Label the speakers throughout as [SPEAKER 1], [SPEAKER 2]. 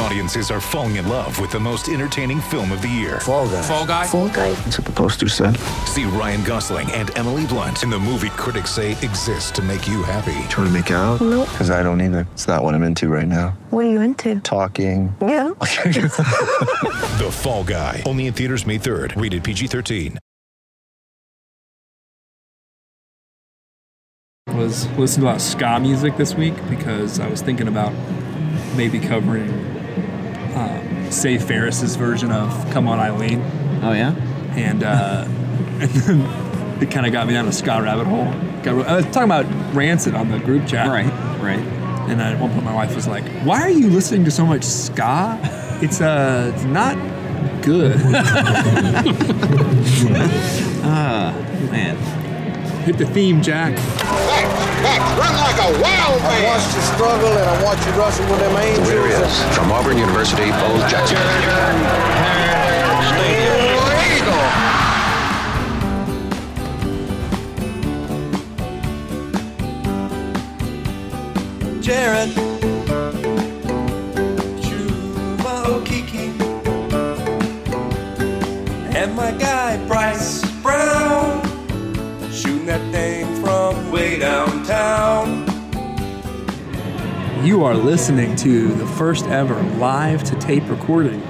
[SPEAKER 1] Audiences are falling in love with the most entertaining film of the year.
[SPEAKER 2] Fall guy.
[SPEAKER 3] Fall guy.
[SPEAKER 4] Full guy.
[SPEAKER 5] That's what the poster said.
[SPEAKER 1] See Ryan Gosling and Emily Blunt in the movie critics say exists to make you happy.
[SPEAKER 5] Trying to make it out? Because I don't either. It's not what I'm into right now.
[SPEAKER 4] What are you into?
[SPEAKER 5] Talking.
[SPEAKER 4] Yeah.
[SPEAKER 1] The Fall Guy. Only in theaters May 3rd. Rated PG 13.
[SPEAKER 6] was listening to a lot of ska music this week because I was thinking about maybe covering um, Say Ferris's version of "Come On Eileen,"
[SPEAKER 7] Oh yeah.
[SPEAKER 6] and, uh, and then it kind of got me down a ska rabbit hole. Got re- I was talking about Rancid on the group chat,
[SPEAKER 7] All right. Right.
[SPEAKER 6] And at one point, my wife was like, "Why are you listening to so much ska? It's uh, it's not good."
[SPEAKER 7] Ah, Man.
[SPEAKER 6] Hit the theme, Jack.
[SPEAKER 8] Back, back, run like a wild man.
[SPEAKER 2] Watch the struggle and I watch you wrestle with them angels.
[SPEAKER 9] From Auburn University, Bo Jackson.
[SPEAKER 2] Jared. Chuba Okiki. And my guy Bryce Brown. Shooting that thing from way downtown.
[SPEAKER 6] You are listening to the first ever live to tape recording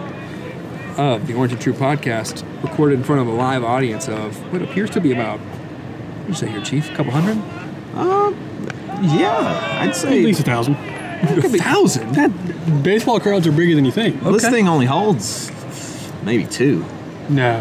[SPEAKER 6] of the Orange and True podcast, recorded in front of a live audience of what appears to be about, what did you say here, Chief? A couple hundred?
[SPEAKER 7] Yeah. I'd
[SPEAKER 3] At
[SPEAKER 7] say
[SPEAKER 3] least a thousand.
[SPEAKER 6] A thousand?
[SPEAKER 3] Baseball crowds are bigger than you think.
[SPEAKER 7] this thing only holds maybe two.
[SPEAKER 3] No.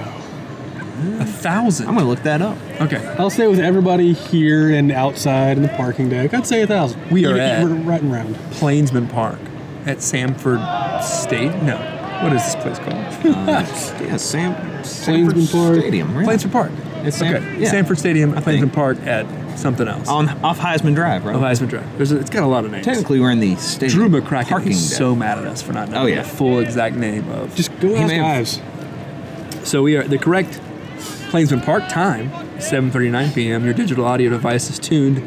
[SPEAKER 6] A thousand?
[SPEAKER 7] I'm gonna look that up.
[SPEAKER 6] okay.
[SPEAKER 3] I'll say with everybody here and outside in the parking deck, I'd say a thousand.
[SPEAKER 6] We are
[SPEAKER 3] You-
[SPEAKER 6] at-
[SPEAKER 3] We're right around.
[SPEAKER 6] Plainsman Park at Sanford State? No. What is this place called?
[SPEAKER 7] Uh, yeah, Sam. Sanford
[SPEAKER 3] Plainsman Park.
[SPEAKER 7] Stadium. Right?
[SPEAKER 6] Plainsman Park.
[SPEAKER 7] It's San-
[SPEAKER 6] okay.
[SPEAKER 7] yeah.
[SPEAKER 6] Sanford Stadium, Plainsman
[SPEAKER 7] think.
[SPEAKER 6] Park at something else.
[SPEAKER 7] on off Heisman Drive, right?
[SPEAKER 6] of Heisman Drive. There's a, it's got a lot of names.
[SPEAKER 7] Technically, we're in the stadium.
[SPEAKER 6] Drew McCracken
[SPEAKER 7] parking
[SPEAKER 6] is
[SPEAKER 7] deck.
[SPEAKER 6] so mad at us for not knowing
[SPEAKER 7] Oh, yeah.
[SPEAKER 6] the full exact name of.
[SPEAKER 3] Just go ask
[SPEAKER 7] may have-
[SPEAKER 3] Ives.
[SPEAKER 6] so we are the correct Plainsman Park time, 7:39 p.m. Your digital audio device is tuned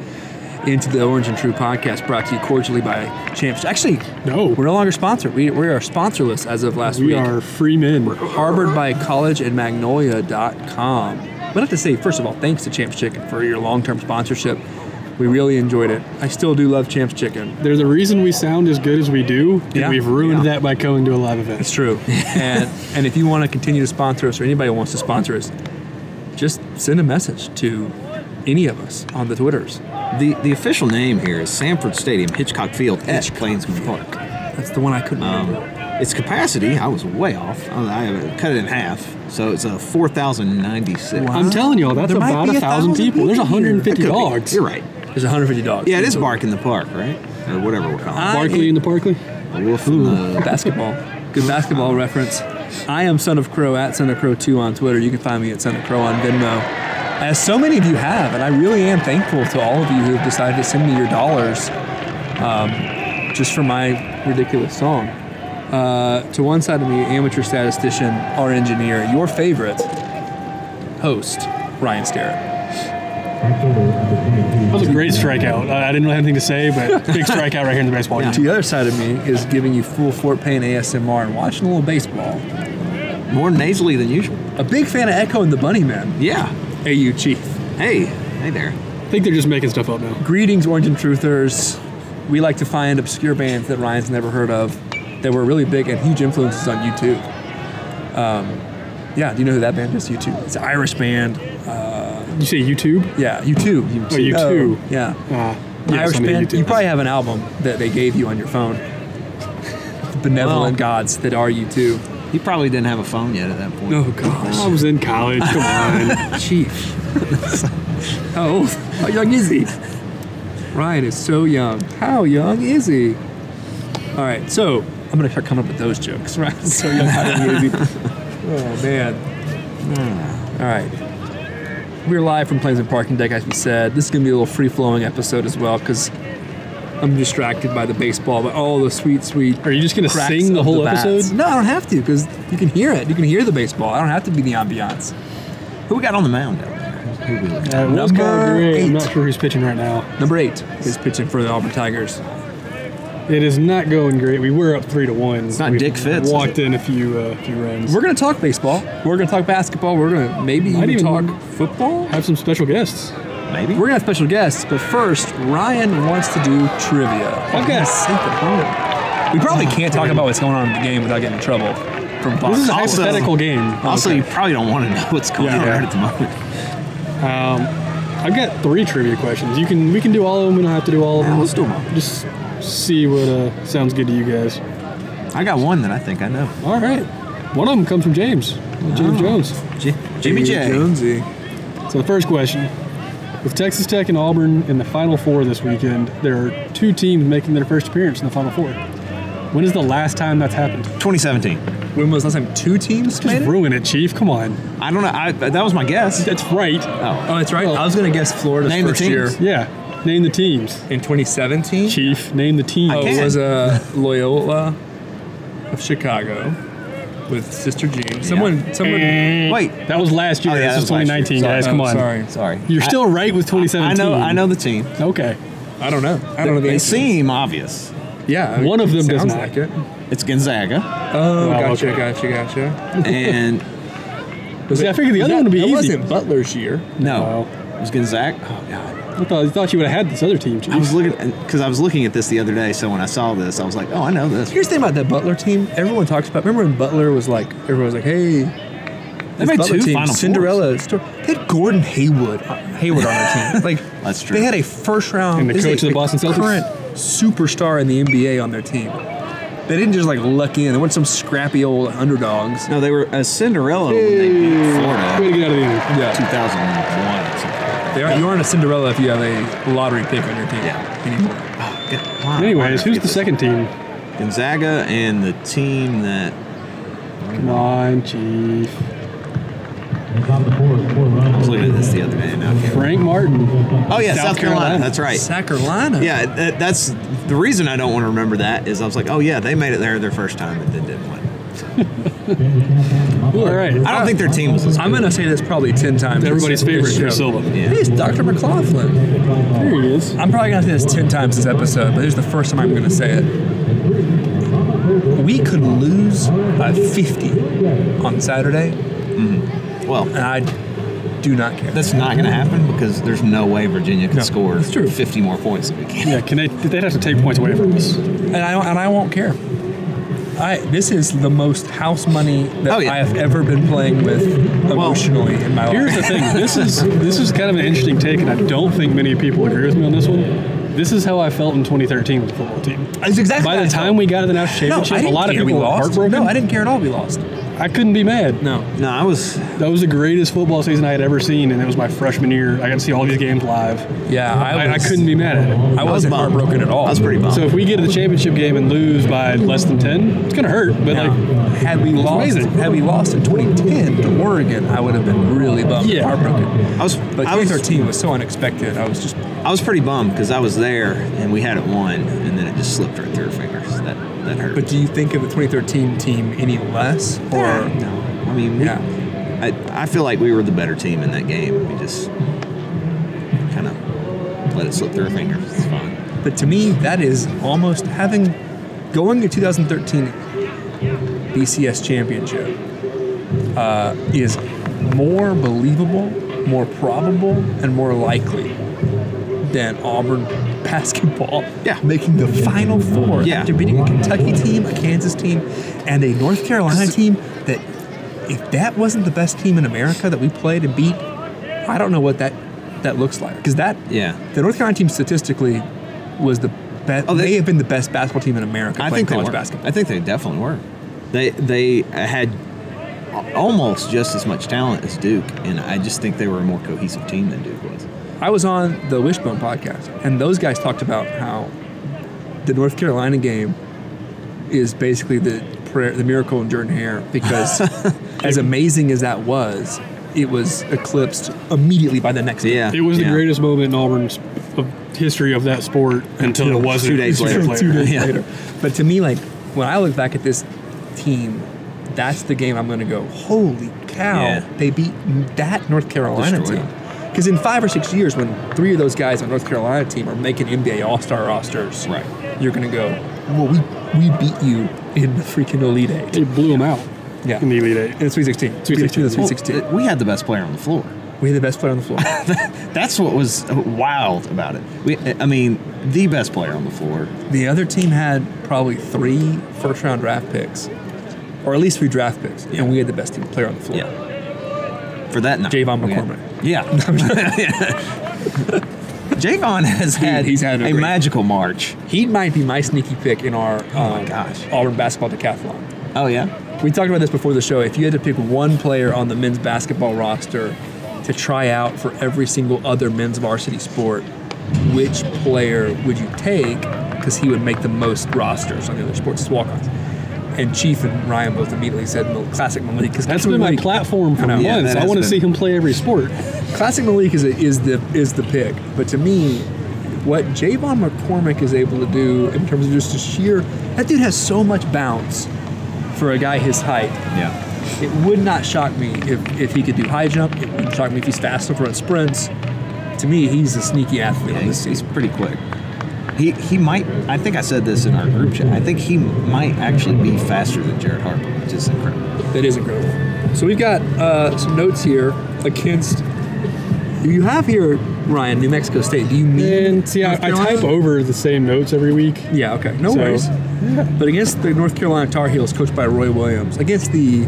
[SPEAKER 6] into the Orange and True podcast, brought to you cordially by Champs. Actually,
[SPEAKER 3] No.
[SPEAKER 6] we're no longer sponsored. We, we are sponsorless as of last
[SPEAKER 3] We
[SPEAKER 6] week.
[SPEAKER 3] are free men.
[SPEAKER 6] Harbored by College and Magnolia.com. We'd like to say, first of all, thanks to Champs Chicken for your long term sponsorship. We really enjoyed it. I still do love Champs Chicken.
[SPEAKER 3] They're the reason we sound as good as we do, and
[SPEAKER 6] Yeah.
[SPEAKER 3] we've ruined that by coming to a live event.
[SPEAKER 6] It's true. and and if you want to continue to sponsor us or anybody wants to sponsor us, just send a message to any of us on the Twitters.
[SPEAKER 7] The the official name here is Sanford Stadium, Hitchcock Field at
[SPEAKER 6] Hitchcock
[SPEAKER 7] Plainsman Park.
[SPEAKER 6] That's the one I couldn't
[SPEAKER 7] Um,
[SPEAKER 6] remember.
[SPEAKER 7] Its capacity, I was way off. I I cut it in half, so it's a four thousand ninety six.
[SPEAKER 6] Wow.
[SPEAKER 3] I'm telling y'all, that's
[SPEAKER 6] There might
[SPEAKER 3] about
[SPEAKER 6] be
[SPEAKER 3] a
[SPEAKER 6] a
[SPEAKER 3] thousand
[SPEAKER 6] thousand
[SPEAKER 3] people. There's
[SPEAKER 6] people here.
[SPEAKER 3] 150 dogs.
[SPEAKER 7] You're right.
[SPEAKER 6] There's 150 dogs.
[SPEAKER 7] Yeah, it is
[SPEAKER 6] So,
[SPEAKER 7] Bark in the Park, right? Or whatever we're calling. it.
[SPEAKER 3] Barkley in the Parkley.
[SPEAKER 7] A wolf in the.
[SPEAKER 6] Uh, Basketball. Good basketball reference. I am Son of Crow at Son of Crow 2 on Twitter. You can find me at Son of Crow on Venmo. As so many of you have, and I really am thankful to all of you who have decided to send me your dollars um, just for my ridiculous song. Uh, to one side of me, amateur statistician, our engineer, your favorite host, Ryan Starrett.
[SPEAKER 3] That was a great strikeout. I I didn't really have anything to say, but big strikeout right here in the baseball
[SPEAKER 6] To
[SPEAKER 3] game.
[SPEAKER 6] the other side of me is giving you full Fort Payne ASMR and watching a little baseball.
[SPEAKER 7] More nasally than usual.
[SPEAKER 6] A big fan of Echo and the Bunnymen.
[SPEAKER 7] Yeah.
[SPEAKER 6] AU Chief.
[SPEAKER 7] Hey, hey there.
[SPEAKER 3] I think they're just making stuff up now.
[SPEAKER 6] Greetings, Orange and Truthers. We like to find obscure bands that Ryan's never heard of that were really big and huge influences on YouTube. Um, yeah, do you know who that band is? U2. It's an Irish band.
[SPEAKER 3] You say YouTube?
[SPEAKER 6] Yeah, U2. U2.
[SPEAKER 3] Oh, U2.
[SPEAKER 6] yeah.
[SPEAKER 3] Uh,
[SPEAKER 6] Irish
[SPEAKER 3] I mean,
[SPEAKER 6] band.
[SPEAKER 3] YouTube.
[SPEAKER 6] You probably have an album that they gave you on your phone. The benevolent
[SPEAKER 7] Well.
[SPEAKER 6] gods that are U2.
[SPEAKER 7] He probably didn't have a phone yet at that point.
[SPEAKER 6] Oh, gosh.
[SPEAKER 3] I was in college. Come on.
[SPEAKER 6] Chief. how old? How young is he? Ryan is so young. How young is he? All right, so I'm gonna start coming up with those jokes. Right? So young, how young is he? Oh man. All right. We're live from Plains and Parking Deck, as we said. This is gonna be a little free-flowing episode as well, because I'm distracted by the baseball, by all the sweet, sweet.
[SPEAKER 3] Are you just gonna
[SPEAKER 6] cracks
[SPEAKER 3] sing the
[SPEAKER 6] of
[SPEAKER 3] whole
[SPEAKER 6] bats.
[SPEAKER 3] episode? Uh,
[SPEAKER 6] No, I don't have to, because you can hear it. You can hear the baseball. I don't have to be the ambiance.
[SPEAKER 7] Who we got on the mound down there? Who we looking at?
[SPEAKER 3] Uh, Will's
[SPEAKER 6] Number
[SPEAKER 3] Calgary, I'm not
[SPEAKER 6] eight.
[SPEAKER 3] sure who's pitching right now.
[SPEAKER 6] Number eight is pitching for the Auburn Tigers.
[SPEAKER 3] It is not going great. We were up three to one. It's
[SPEAKER 7] not Dick Fitz, is
[SPEAKER 3] Walked
[SPEAKER 7] it?
[SPEAKER 3] in a few uh, few runs.
[SPEAKER 6] We're gonna talk baseball. We're gonna talk basketball. We're gonna maybe
[SPEAKER 3] Might
[SPEAKER 6] even,
[SPEAKER 3] even-
[SPEAKER 6] talk football.
[SPEAKER 3] have some special guests.
[SPEAKER 7] Maybe.
[SPEAKER 6] We're gonna have special guests, but first, Ryan wants to do trivia.
[SPEAKER 3] Okay. Ah,
[SPEAKER 6] We probably can't talk about what's going on in the game without getting in trouble from Fox.
[SPEAKER 3] This is a
[SPEAKER 7] Also-
[SPEAKER 3] hypothetical game.
[SPEAKER 7] also, you probably don't want to know what's going
[SPEAKER 6] Yeah.
[SPEAKER 7] on right at the moment.
[SPEAKER 3] I've got three trivia questions. You can we can do all of them. We don't have to do all of
[SPEAKER 7] Yeah,
[SPEAKER 3] them.
[SPEAKER 7] let's do 'em all.
[SPEAKER 3] Just see what uh, sounds good to you guys.
[SPEAKER 7] I got one that I think I know.
[SPEAKER 3] All right. One of them comes from James,
[SPEAKER 7] Ah.
[SPEAKER 3] James Jones.
[SPEAKER 7] J- Jimmy J.
[SPEAKER 6] Jonesy.
[SPEAKER 3] So the first question: With Texas Tech and Auburn in the Final Four this weekend, there are two teams making their first appearance in the Final Four. When is the last time that's happened?
[SPEAKER 7] 2017.
[SPEAKER 6] When was the last time two teams
[SPEAKER 3] Just
[SPEAKER 6] made it?
[SPEAKER 3] ruin it, Chief. Come on.
[SPEAKER 7] I don't know. I, that was my guess.
[SPEAKER 3] That's right.
[SPEAKER 6] Oh, that's right. I was gonna guess Florida's
[SPEAKER 7] Name the
[SPEAKER 6] first
[SPEAKER 7] teams.
[SPEAKER 6] year
[SPEAKER 3] Yeah. Name the teams,
[SPEAKER 6] in 2017.
[SPEAKER 3] Chief. Name the teams.
[SPEAKER 6] Oh, it
[SPEAKER 7] can.
[SPEAKER 6] was uh, Loyola of Chicago with Sister Jean. Someone, someone.
[SPEAKER 7] Wait.
[SPEAKER 3] That was last year.
[SPEAKER 7] Oh, yeah,
[SPEAKER 3] this is
[SPEAKER 7] that was last year.
[SPEAKER 3] 2019,
[SPEAKER 7] Sorry.
[SPEAKER 3] guys.
[SPEAKER 6] Oh,
[SPEAKER 3] Come on.
[SPEAKER 6] Sorry,
[SPEAKER 7] Sorry.
[SPEAKER 3] You're
[SPEAKER 7] I-
[SPEAKER 3] still right with
[SPEAKER 7] I
[SPEAKER 3] 2017.
[SPEAKER 7] know. I know the team.
[SPEAKER 3] Okay.
[SPEAKER 6] I don't know. I don't know the
[SPEAKER 7] They
[SPEAKER 6] answer.
[SPEAKER 7] seem obvious.
[SPEAKER 6] Yeah, I
[SPEAKER 3] One
[SPEAKER 6] mean,
[SPEAKER 3] of
[SPEAKER 6] it
[SPEAKER 3] them does
[SPEAKER 6] sounds
[SPEAKER 3] not.
[SPEAKER 6] like it.
[SPEAKER 7] It's Gonzaga,
[SPEAKER 6] Oh,
[SPEAKER 3] Wow,
[SPEAKER 6] gotcha,
[SPEAKER 3] okay.
[SPEAKER 6] gotcha, gotcha.
[SPEAKER 7] and
[SPEAKER 6] Was
[SPEAKER 3] See, I figured the other
[SPEAKER 6] that-
[SPEAKER 3] one would be
[SPEAKER 6] that
[SPEAKER 3] easy.
[SPEAKER 6] wasn't Butler's year.
[SPEAKER 7] no,
[SPEAKER 3] Wow.
[SPEAKER 7] it was Gonzaga. Oh God.
[SPEAKER 3] I thought, I thought you would have had this other team, Chief.
[SPEAKER 7] I was looking because I was looking at this the other day. So when I saw this, I was like, oh, I know this.
[SPEAKER 6] Here's the thing about that Butler team. Everyone talks about. Remember when Butler was like, everyone was like, "Hey,
[SPEAKER 7] They
[SPEAKER 6] this
[SPEAKER 7] made
[SPEAKER 6] Butler
[SPEAKER 7] two
[SPEAKER 6] team,
[SPEAKER 7] Final Fours.
[SPEAKER 6] Cinderella." Story. They had Gordon Haywood, uh, Haywood on their team. Like
[SPEAKER 7] That's true.
[SPEAKER 6] They had a first round
[SPEAKER 3] And the
[SPEAKER 6] this is
[SPEAKER 3] coach
[SPEAKER 6] a-
[SPEAKER 3] of the Boston Celtics?
[SPEAKER 6] current superstar in the NBA on their team. They didn't just like luck in. They weren't some scrappy old underdogs.
[SPEAKER 7] No, they were a Cinderella when they beat
[SPEAKER 3] Way
[SPEAKER 7] Florida,
[SPEAKER 3] to get out of the interview.
[SPEAKER 6] Yeah.
[SPEAKER 7] 2001 or something.
[SPEAKER 6] They are, you aren't a Cinderella if you have a lottery pick on your team
[SPEAKER 7] Yeah.
[SPEAKER 6] anymore.
[SPEAKER 7] Oh, God, why- why did
[SPEAKER 3] Anyways,
[SPEAKER 7] I
[SPEAKER 3] who's
[SPEAKER 7] get
[SPEAKER 3] the
[SPEAKER 7] this?
[SPEAKER 3] second team?
[SPEAKER 7] Gonzaga and the team that
[SPEAKER 3] Come on, Chief.
[SPEAKER 7] I was looking at this the other day. and I can't-
[SPEAKER 3] Frank Martin.
[SPEAKER 7] Oh yeah,
[SPEAKER 3] South
[SPEAKER 7] South, Carolina.
[SPEAKER 3] Carolina.
[SPEAKER 7] That's right.
[SPEAKER 6] South Carolina.
[SPEAKER 7] Yeah, that, that's the reason I don't want to remember that is I was like, oh yeah, they made it there their first time and then didn't win.
[SPEAKER 3] All right.
[SPEAKER 7] I don't think their team was as
[SPEAKER 6] I'm gonna say this probably ten times.
[SPEAKER 3] Everybody's
[SPEAKER 6] this-
[SPEAKER 3] favorite,
[SPEAKER 6] this
[SPEAKER 3] Chris
[SPEAKER 6] show.
[SPEAKER 3] Silva.
[SPEAKER 6] It is Dr. McLaughlin.
[SPEAKER 3] There he is.
[SPEAKER 6] I'm probably gonna say this ten times this episode, but here's the first time I'm gonna say it. We could lose by 50 on Saturday,
[SPEAKER 7] well.
[SPEAKER 6] and I do not care.
[SPEAKER 7] That's not going to happen because there's no way Virginia could
[SPEAKER 6] No,
[SPEAKER 7] score
[SPEAKER 6] that's true.
[SPEAKER 7] 50 more points than we can.
[SPEAKER 3] Yeah, can they? They'd have to take points away from us.
[SPEAKER 6] and I don't- and I won't care. I this is the most house money that
[SPEAKER 7] Oh, yeah.
[SPEAKER 6] I have ever been playing with emotionally in my
[SPEAKER 3] Here's
[SPEAKER 6] life.
[SPEAKER 3] the thing. This is this is kind of an interesting take, and I don't think many people agree with me on this one. This is how I felt in 2013 with the football team.
[SPEAKER 6] It's exactly
[SPEAKER 3] By
[SPEAKER 6] what I
[SPEAKER 3] the time
[SPEAKER 6] thought.
[SPEAKER 3] we got to the national
[SPEAKER 6] no, I
[SPEAKER 3] championship,
[SPEAKER 6] didn't
[SPEAKER 3] a lot of
[SPEAKER 6] care
[SPEAKER 3] people
[SPEAKER 6] we
[SPEAKER 3] were
[SPEAKER 6] lost.
[SPEAKER 3] heartbroken.
[SPEAKER 6] No, I didn't care at all. We lost.
[SPEAKER 3] I couldn't be mad.
[SPEAKER 6] No,
[SPEAKER 7] No, I was.
[SPEAKER 3] That was the greatest football season I had ever seen, and it was my freshman year. I got to see all these games live.
[SPEAKER 6] yeah, I,
[SPEAKER 3] I, I
[SPEAKER 6] was,
[SPEAKER 3] couldn't be mad at it.
[SPEAKER 6] I wasn't
[SPEAKER 7] bummed.
[SPEAKER 6] heartbroken at all.
[SPEAKER 7] I was pretty bummed.
[SPEAKER 3] So if we get to the championship game and lose by less than 10, it's gonna hurt. But
[SPEAKER 6] Now,
[SPEAKER 3] like,
[SPEAKER 6] had we lost,
[SPEAKER 3] amazing.
[SPEAKER 6] had we lost in 2010 to Oregon, I would have been really bummed,
[SPEAKER 3] Yeah.
[SPEAKER 6] heartbroken.
[SPEAKER 7] I was.
[SPEAKER 6] But
[SPEAKER 7] I was.
[SPEAKER 6] 2013 was so unexpected. I was just
[SPEAKER 7] I was pretty bummed because I was there and we had it won, and then it just slipped right through our fingers. That that hurt.
[SPEAKER 6] But do you think of the 2013 team any less? Or
[SPEAKER 7] Yeah, no, I mean, we-
[SPEAKER 6] Yeah.
[SPEAKER 7] I I feel like we were the better team in that game. We just kind of let it slip through our fingers. It's fine.
[SPEAKER 6] But to me, that is almost having going to 2013 BCS championship uh, is more believable, more probable, and more likely than Auburn basketball.
[SPEAKER 7] Yeah.
[SPEAKER 6] making the Final Four
[SPEAKER 7] Yeah.
[SPEAKER 6] after beating a Kentucky team, a Kansas team, and a North Carolina team that. If that wasn't the best team in America that we played and beat, I don't know what that that looks like. Because that
[SPEAKER 7] Yeah.
[SPEAKER 6] the North Carolina team statistically was the best.
[SPEAKER 7] Oh,
[SPEAKER 6] they,
[SPEAKER 7] they-
[SPEAKER 6] have been the best basketball team in America.
[SPEAKER 7] I
[SPEAKER 6] playing
[SPEAKER 7] think they
[SPEAKER 6] college
[SPEAKER 7] were.
[SPEAKER 6] basketball.
[SPEAKER 7] I think they definitely were. They they had a- almost just as much talent as Duke, and I just think they were a more cohesive team than Duke was.
[SPEAKER 6] I was on the Wishbone podcast, and those guys talked about how the North Carolina game is basically the prayer, the miracle in Jordan Hare, because as amazing as that was, it was eclipsed immediately by the next. game.
[SPEAKER 7] Yeah,
[SPEAKER 3] it was
[SPEAKER 7] yeah.
[SPEAKER 3] the greatest moment in Auburn's of history of that sport until it wasn't.
[SPEAKER 7] two days later.
[SPEAKER 6] Two days
[SPEAKER 7] Yeah.
[SPEAKER 6] later. But to me, like when I look back at this team that's the game I'm going to go, holy cow,
[SPEAKER 7] Yeah.
[SPEAKER 6] they beat that North Carolina
[SPEAKER 7] Destroyed
[SPEAKER 6] team. Because in five or six years, when three of those guys on North Carolina team are making NBA All Star rosters,
[SPEAKER 7] Right.
[SPEAKER 6] you're going to go, well, we, we beat you in the freaking Elite Eight.
[SPEAKER 3] They blew them out
[SPEAKER 6] Yeah.
[SPEAKER 3] in the Elite Eight.
[SPEAKER 6] In the Sweet 16. We
[SPEAKER 3] Sweet
[SPEAKER 6] beat them in the
[SPEAKER 3] 16.
[SPEAKER 6] Sweet 16.
[SPEAKER 3] Well,
[SPEAKER 7] We had the best player on the floor.
[SPEAKER 6] we had the best player on the floor.
[SPEAKER 7] That's what was wild about it. We, I mean, the best player on the floor.
[SPEAKER 6] The other team had probably three first round draft picks, or at least three draft picks, and we had the best team player on the floor.
[SPEAKER 7] Yeah. For that night.
[SPEAKER 6] Javon
[SPEAKER 7] we had-
[SPEAKER 6] McCormick.
[SPEAKER 7] yeah. Javon has had,
[SPEAKER 6] he's had a
[SPEAKER 7] a
[SPEAKER 6] great-
[SPEAKER 7] magical March.
[SPEAKER 6] He might be my sneaky pick in our
[SPEAKER 7] my
[SPEAKER 3] Oh
[SPEAKER 6] um,
[SPEAKER 7] gosh.
[SPEAKER 6] Auburn basketball decathlon.
[SPEAKER 7] Oh, yeah?
[SPEAKER 6] We talked about this before the show. If you had to pick one player on the men's basketball roster to try out for every single other men's varsity sport, which player would you take? Because he would make the most rosters on the other sports as walk-ons. And Chief and Ryan both immediately said, "Well, "Classic Malik." Because
[SPEAKER 3] That's been my platform for
[SPEAKER 6] I know.
[SPEAKER 3] months.
[SPEAKER 6] Yeah,
[SPEAKER 7] that
[SPEAKER 3] I
[SPEAKER 7] has
[SPEAKER 3] want to
[SPEAKER 7] been.
[SPEAKER 3] see him play every sport.
[SPEAKER 6] Classic Malik is, a, is the is the pick, but to me, what Javon McCormick is able to do in terms of just the sheer that dude has so much bounce for a guy his height.
[SPEAKER 7] Yeah.
[SPEAKER 6] It would not shock me if, if he could do high jump. It wouldn't shock me if he's fast enough to run sprints. To me, he's a sneaky athlete
[SPEAKER 7] Yeah,
[SPEAKER 6] on
[SPEAKER 7] he's,
[SPEAKER 6] this
[SPEAKER 7] he's
[SPEAKER 6] season.
[SPEAKER 7] pretty quick. He he might. I think I said this in our group chat. I think he might actually be faster than Jared Harper, which is incredible.
[SPEAKER 6] That is incredible. So we've got uh, some notes here against. You have here Ryan, New Mexico State. Do you mean?
[SPEAKER 3] And see, I,
[SPEAKER 6] North
[SPEAKER 3] I type
[SPEAKER 6] Carolina?
[SPEAKER 3] over the same notes every week.
[SPEAKER 6] Yeah, okay. No
[SPEAKER 3] So-
[SPEAKER 6] worries. But against the North Carolina Tar Heels, coached by Roy Williams, against the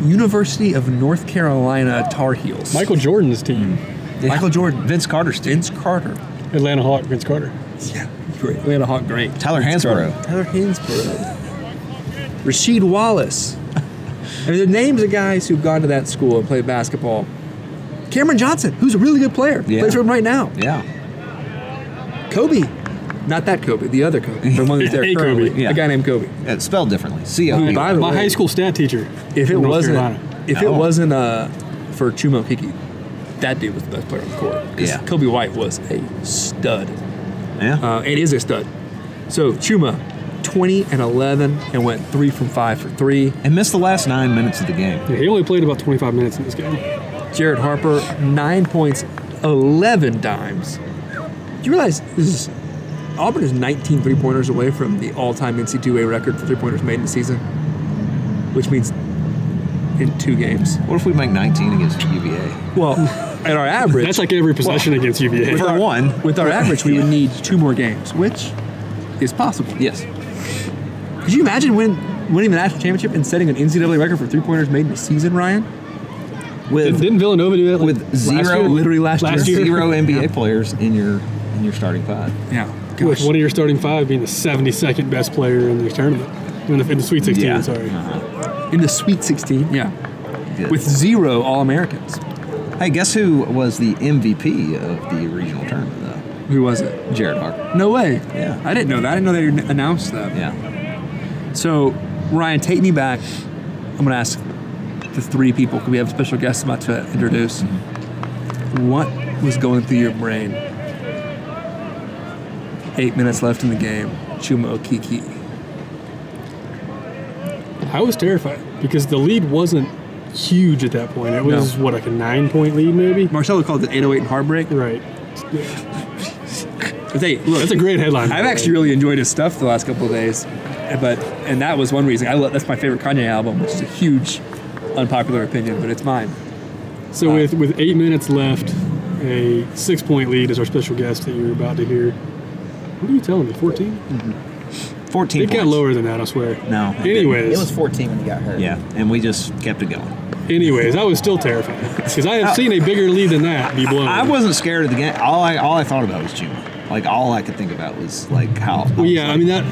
[SPEAKER 6] University of North Carolina Tar Heels,
[SPEAKER 3] Michael Jordan's team,
[SPEAKER 6] Michael Jordan,
[SPEAKER 7] Vince Carter's team.
[SPEAKER 6] Vince Carter.
[SPEAKER 7] Hmm.
[SPEAKER 3] Atlanta Hawk, Vince Carter.
[SPEAKER 6] Yeah, great. Atlanta Hawk, great.
[SPEAKER 7] Tyler
[SPEAKER 6] Vince Carter.
[SPEAKER 7] Hansbrough.
[SPEAKER 6] Tyler Hansborough. Rasheed Wallace. I mean, the names of guys who've gone to that school and played basketball. Cameron Johnson, who's a really good player,
[SPEAKER 7] Yeah.
[SPEAKER 6] plays for him right now.
[SPEAKER 7] Yeah.
[SPEAKER 6] Kobe, not that Kobe, the other Kobe, the one that's there
[SPEAKER 3] A Kobe,
[SPEAKER 6] currently,
[SPEAKER 7] yeah.
[SPEAKER 6] a guy named Kobe.
[SPEAKER 7] It's spelled differently. C O
[SPEAKER 6] Who,
[SPEAKER 7] B.
[SPEAKER 6] by the
[SPEAKER 3] My
[SPEAKER 6] way-
[SPEAKER 3] high school stat teacher.
[SPEAKER 6] If it
[SPEAKER 3] from North
[SPEAKER 6] wasn't,
[SPEAKER 3] Carolina.
[SPEAKER 6] if
[SPEAKER 7] No.
[SPEAKER 6] it wasn't uh, for Chumo Kiki, that dude was the best player on the court. 'Cause
[SPEAKER 7] Yeah.
[SPEAKER 6] Kobe White was a stud.
[SPEAKER 7] Yeah.
[SPEAKER 6] Uh, it is a stud. So Chuma, twenty and eleven, and went three from five for three.
[SPEAKER 7] And missed the last nine minutes of the game.
[SPEAKER 3] Yeah, he only played about 25 minutes in this game.
[SPEAKER 6] Jared Harper, nine points, eleven dimes. Do you realize this is Auburn is 19 three pointers away from the all time NC2A record for three pointers made in the season, which means in two games.
[SPEAKER 7] What if we make 19 against UVA?
[SPEAKER 6] Well, at our average,
[SPEAKER 3] That's like every possession against UVA.
[SPEAKER 7] For
[SPEAKER 6] our-
[SPEAKER 7] one.
[SPEAKER 6] With our average, we would need two more games, which is possible.
[SPEAKER 7] Yes.
[SPEAKER 6] Could you imagine win, winning the national championship and setting an NCAA record for three pointers made in a season, Ryan?
[SPEAKER 7] With
[SPEAKER 3] Didn't Villanova do that? like,
[SPEAKER 7] with
[SPEAKER 3] last
[SPEAKER 7] zero
[SPEAKER 3] year?
[SPEAKER 6] literally last
[SPEAKER 3] Last
[SPEAKER 6] year.
[SPEAKER 3] year.
[SPEAKER 7] zero NBA players in your in your starting five.
[SPEAKER 6] Yeah.
[SPEAKER 3] With
[SPEAKER 6] Gosh.
[SPEAKER 3] one of your starting five being the 72nd best player in the tournament, in the, in the Sweet 16.
[SPEAKER 7] Yeah.
[SPEAKER 3] Sorry,
[SPEAKER 6] in the Sweet 16. Yeah.
[SPEAKER 7] Good.
[SPEAKER 6] With zero All Americans.
[SPEAKER 7] hey, guess who was the MVP of the regional tournament
[SPEAKER 6] Who was it?
[SPEAKER 7] though? Jared Harper.
[SPEAKER 6] No way.
[SPEAKER 7] Yeah.
[SPEAKER 6] I didn't know that. I didn't know they n- announced that.
[SPEAKER 7] Yeah.
[SPEAKER 6] So, Ryan, take me back. I'm going to ask the three people, because we have special guests I'm about to introduce. What was going through your brain? Eight minutes left in the game. Chuma Okiki.
[SPEAKER 3] I was terrified because the lead wasn't huge at that point. It was what like a nine point lead, maybe.
[SPEAKER 6] Marcelo called it 808 and Heartbreak.
[SPEAKER 3] Right.
[SPEAKER 6] But hey, look,
[SPEAKER 3] That's a great headline. by
[SPEAKER 6] I've
[SPEAKER 3] the way.
[SPEAKER 6] actually really enjoyed his stuff the last couple of days, but and that was one reason. I love that's my favorite Kanye album, which is a huge, unpopular opinion, but it's mine.
[SPEAKER 3] So with with eight minutes left, a six point lead is our special guest that you're about to hear. What are you telling me? Fourteen?
[SPEAKER 7] 14
[SPEAKER 3] It got
[SPEAKER 7] points.
[SPEAKER 3] lower than that, I swear.
[SPEAKER 7] No, it didn't.
[SPEAKER 3] Anyways,
[SPEAKER 10] 14 when he got hurt.
[SPEAKER 7] Yeah, and we just kept it going.
[SPEAKER 3] anyways, I was still terrified because I have seen a bigger lead than that be blown.
[SPEAKER 7] I wasn't scared of the game. All I all I thought about was Juma. Like all I could think about was like how.
[SPEAKER 3] Well, yeah, I mean that.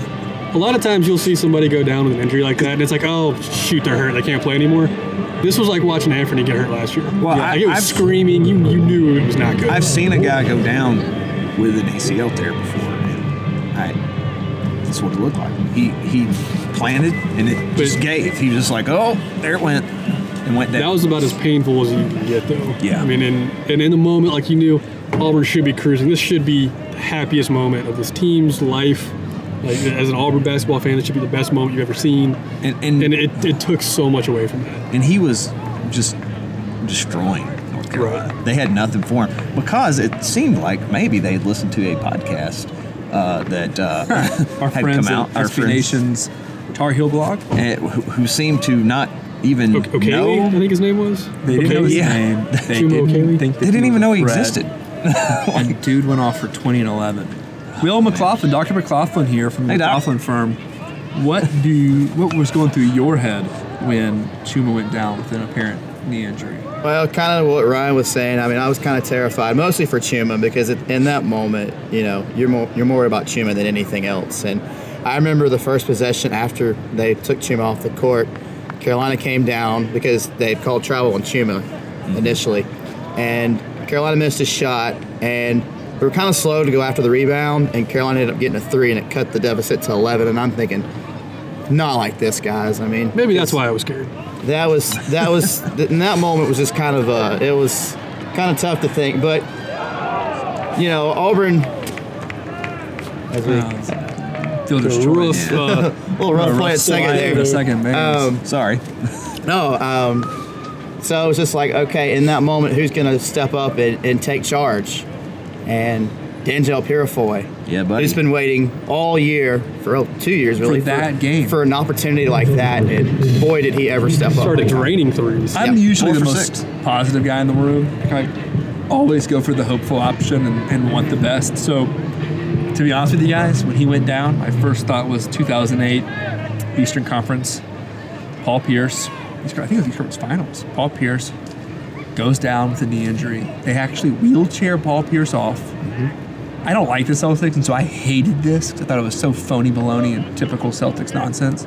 [SPEAKER 3] A lot of times you'll see somebody go down with an injury like that, and it's like, oh shoot, they're hurt, they can't play anymore. This was like watching Anthony get hurt last year.
[SPEAKER 7] Well, I-
[SPEAKER 3] like, it was
[SPEAKER 7] I've-
[SPEAKER 3] screaming. You you knew it was not good.
[SPEAKER 7] I've seen a guy go down with an ACL tear before, and I that's what it looked like. He he planted and it just
[SPEAKER 3] But-
[SPEAKER 7] gave. He was just like, oh, there it went, and went down.
[SPEAKER 3] That was about as painful as you can get, though.
[SPEAKER 7] Yeah.
[SPEAKER 3] I mean, and, and in the moment, like you knew Auburn should be cruising. This should be the happiest moment of this team's life. Like, as an Auburn basketball fan, it should be the best moment you've ever seen.
[SPEAKER 7] And- and-
[SPEAKER 3] and it, it took so much away from that.
[SPEAKER 7] and he was just destroying North Carolina. They had nothing for him because it seemed like maybe they had listened to a podcast uh, that uh,
[SPEAKER 6] Our
[SPEAKER 7] had
[SPEAKER 6] friends
[SPEAKER 7] come out,
[SPEAKER 6] at SB Nation's Tar Heel blog.
[SPEAKER 7] and who, who seemed to not even
[SPEAKER 3] O- Okay, I
[SPEAKER 7] know.
[SPEAKER 3] think his name was.
[SPEAKER 6] They didn't know his
[SPEAKER 7] yeah.
[SPEAKER 6] name. They
[SPEAKER 3] Jim
[SPEAKER 6] didn't
[SPEAKER 3] O'Kelly?
[SPEAKER 6] think that
[SPEAKER 7] They didn't
[SPEAKER 6] was
[SPEAKER 7] even
[SPEAKER 6] a
[SPEAKER 7] know he
[SPEAKER 6] threat.
[SPEAKER 7] existed.
[SPEAKER 6] And dude went off for 20 and 11. Will McLaughlin, Dr. McLaughlin here from the
[SPEAKER 7] Hey, Doc.
[SPEAKER 6] McLaughlin firm. What do what was going through your head when Chuma went down with an apparent knee injury?
[SPEAKER 10] Well, kind of what Ryan was saying. I mean, I was kind of terrified, mostly for Chuma, because it, in that moment, you know, you're more you're more worried about Chuma than anything else. And I remember the first possession after they took Chuma off the court, Carolina came down because they had called travel on Chuma initially, and Carolina missed a shot, and we were kind of slow to go after the rebound, and Carolina ended up getting a three, and it cut the deficit to 11. And I'm thinking, not like this, guys. I mean,
[SPEAKER 3] Maybe that's why I was scared.
[SPEAKER 10] that was that was in that moment was just kind of uh it was kind of tough to think but you know auburn as we a
[SPEAKER 6] Feel destroyed.
[SPEAKER 3] Rough, uh,
[SPEAKER 10] little rough play at second
[SPEAKER 6] Right in
[SPEAKER 10] there Um,
[SPEAKER 6] a second, man.
[SPEAKER 7] Sorry.
[SPEAKER 10] no um so it was just like okay in that moment who's gonna step up and, and take charge and Denzel Pirifoy.
[SPEAKER 7] Yeah, buddy.
[SPEAKER 10] He's been waiting all year for oh, two years really
[SPEAKER 6] that game.
[SPEAKER 10] for an opportunity like that, and boy did he ever step up!
[SPEAKER 3] started draining threes.
[SPEAKER 6] I'm
[SPEAKER 10] Yeah,
[SPEAKER 6] usually
[SPEAKER 7] four
[SPEAKER 6] the
[SPEAKER 7] for
[SPEAKER 6] most
[SPEAKER 7] six.
[SPEAKER 6] positive guy in the room. I always go for the hopeful option and, and want the best. So, to be honest with you guys, when he went down, my first thought was 2008 Eastern Conference. Paul Pierce, Eastern, I think it was Eastern Conference Finals. Paul Pierce goes down with a knee injury. They actually wheelchair Paul Pierce off.
[SPEAKER 7] Mm-hmm.
[SPEAKER 6] I don't like the Celtics, and so I hated this 'cause I thought it was so phony baloney and typical Celtics nonsense.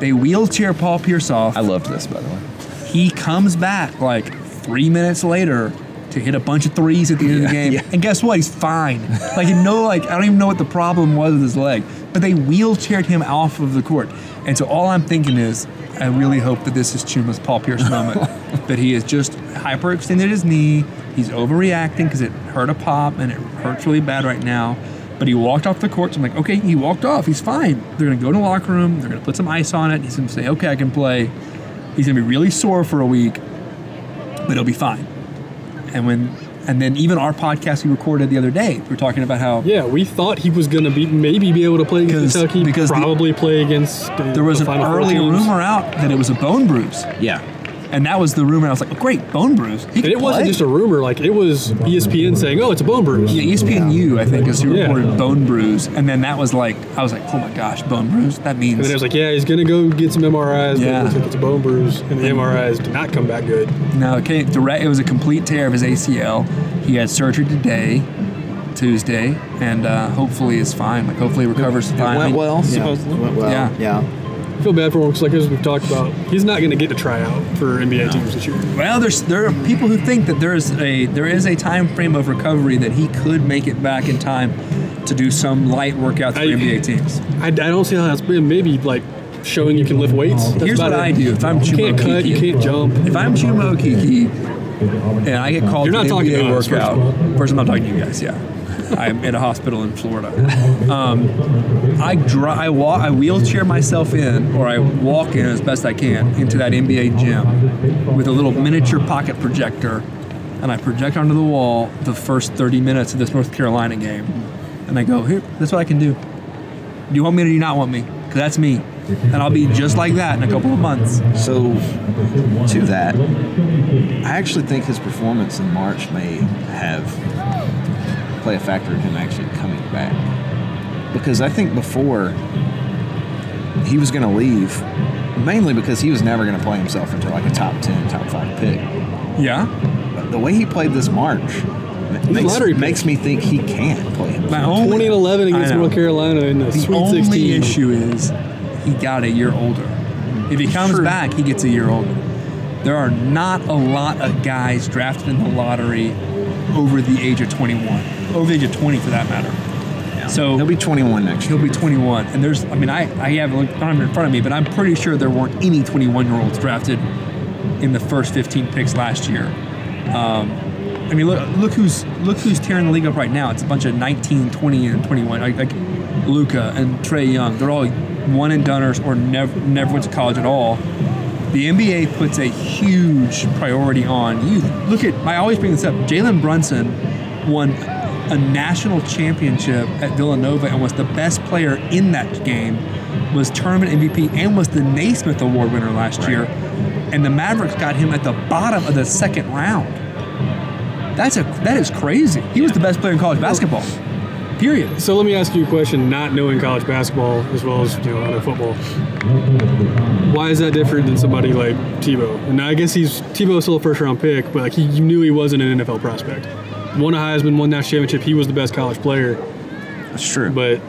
[SPEAKER 6] They wheelchair Paul Pierce off.
[SPEAKER 7] I loved this, by the way.
[SPEAKER 6] He comes back like three minutes later to hit a bunch of threes at the end of the game.
[SPEAKER 7] yeah.
[SPEAKER 6] And guess what? He's fine. Like, you know, like, I don't even know what the problem was with his leg, but they wheelchaired him off of the court. And so all I'm thinking is, I really hope that this is Chuma's Paul Pierce moment, that he has just hyperextended his knee. He's overreacting because it hurt a pop and it hurts really bad right now. But he walked off the court. So I'm like, okay, he walked off. He's fine. They're going to go to the locker room. They're going to put some ice on it. He's going to say, okay, I can play. He's gonna be really sore for a week, but he'll be fine. And when and then even our podcast we recorded the other day, we were talking about how
[SPEAKER 3] yeah, we thought he was going to be maybe be able to play
[SPEAKER 6] Because-
[SPEAKER 3] against Kentucky,
[SPEAKER 6] because the-
[SPEAKER 3] probably play against. uh,
[SPEAKER 6] there was
[SPEAKER 3] the
[SPEAKER 6] an
[SPEAKER 3] Final Four
[SPEAKER 6] early
[SPEAKER 3] teams.
[SPEAKER 6] rumor out that it was a bone bruise,
[SPEAKER 7] Yeah.
[SPEAKER 6] and that was the rumor. I was like, oh, great, bone bruise. He
[SPEAKER 3] And
[SPEAKER 6] could
[SPEAKER 3] it wasn't
[SPEAKER 6] play.
[SPEAKER 3] just a rumor; like it was ESPN saying, "Oh, it's a bone bruise."
[SPEAKER 6] Yeah, E ESPNU, I think, is who
[SPEAKER 3] Yeah.
[SPEAKER 6] reported bone bruise, and then that was like, I was like, oh my gosh, bone bruise. That means
[SPEAKER 3] And then it was like, "Yeah, he's going to go get some MRIs, but
[SPEAKER 6] Yeah.
[SPEAKER 3] it looks like it's a bone bruise." And the MRIs did not come back good.
[SPEAKER 6] No, it came direct. It was a complete tear of his ACL. He had surgery today, Tuesday, and uh, hopefully is fine. Like hopefully recovers fine.
[SPEAKER 7] It went well,
[SPEAKER 10] Yeah,
[SPEAKER 7] supposedly.
[SPEAKER 10] went well.
[SPEAKER 6] Yeah.
[SPEAKER 10] yeah.
[SPEAKER 3] I feel bad for him because, like as we've talked about, he's not going to get to try out for NBA teams this year.
[SPEAKER 6] Well, there's there are people who think that there is a there is a time frame of recovery that he could make it back in time to do some light workout for
[SPEAKER 3] I-
[SPEAKER 6] NBA teams.
[SPEAKER 3] I, I don't see how that's maybe like showing you can lift weights. That's
[SPEAKER 6] Here's
[SPEAKER 3] about
[SPEAKER 6] what
[SPEAKER 3] it.
[SPEAKER 6] I do if I'm
[SPEAKER 3] You can't
[SPEAKER 6] Chuma
[SPEAKER 3] cut, you
[SPEAKER 6] Okeke.
[SPEAKER 3] can't jump.
[SPEAKER 6] If I'm Chuma Okiki and I get called
[SPEAKER 3] You're
[SPEAKER 6] to an
[SPEAKER 3] not talking
[SPEAKER 6] NBA
[SPEAKER 3] to us, first
[SPEAKER 6] workout,
[SPEAKER 3] of all.
[SPEAKER 6] first I'm not talking to you guys. Yeah, I'm in a hospital in Florida. Um, I dri I walk, I wheelchair myself in, or I walk in as best I can into that NBA gym with a little miniature pocket projector, and I project onto the wall the first 30 minutes of this North Carolina game, and I go, here, that's what I can do. Do you want me or do you not want me? Because that's me. And I'll be just like that in a couple of months.
[SPEAKER 7] So, to that, I actually think his performance in March may have play a factor in him actually coming back. Because I think before he was going to leave, mainly because he was never going to play himself into like a top 10, top 5 pick.
[SPEAKER 6] Yeah?
[SPEAKER 7] But the way he played this March ma-
[SPEAKER 3] a
[SPEAKER 7] makes,
[SPEAKER 3] lottery pick.
[SPEAKER 7] makes me think he can play himself.
[SPEAKER 6] My only,
[SPEAKER 3] 20 and 11 against
[SPEAKER 6] I know.
[SPEAKER 3] North Carolina in the,
[SPEAKER 6] The
[SPEAKER 3] Sweet
[SPEAKER 6] only
[SPEAKER 3] 16.
[SPEAKER 6] issue is he got a year older. If he comes back, he gets a year older. There are not a lot of guys drafted in the lottery over the age of 21, over the age of 20 for that matter. So
[SPEAKER 7] He'll be 21 next year.
[SPEAKER 6] He'll be 21, and there's, I mean, I, I haven't looked, I don't have it in front of me, but I'm pretty sure there weren't any 21 year olds drafted in the first 15 picks last year. Um, I mean, look, look who's look who's tearing the league up right now. It's a bunch of 19, 20, and 21. Like, like Luca and Trey Young. They're all one and doneers or never never went to college at all. The NBA puts a huge priority on youth. Look at I always bring this up. Jalen Brunson won a national championship at Villanova and was the best player in that game. Was tournament MVP and was the Naismith Award winner last year. And the Mavericks got him at the bottom of the second round. That's a that is crazy. He was the best player in college basketball. Period.
[SPEAKER 3] So let me ask you a question, not knowing college basketball as well as you know other football. Why is that different than somebody like Tebow? And I guess he's Tebow's still a first round pick, but like he you knew he wasn't an NFL prospect. Won a Heisman, won national championship. He was the best college player,
[SPEAKER 7] That's true.
[SPEAKER 3] but.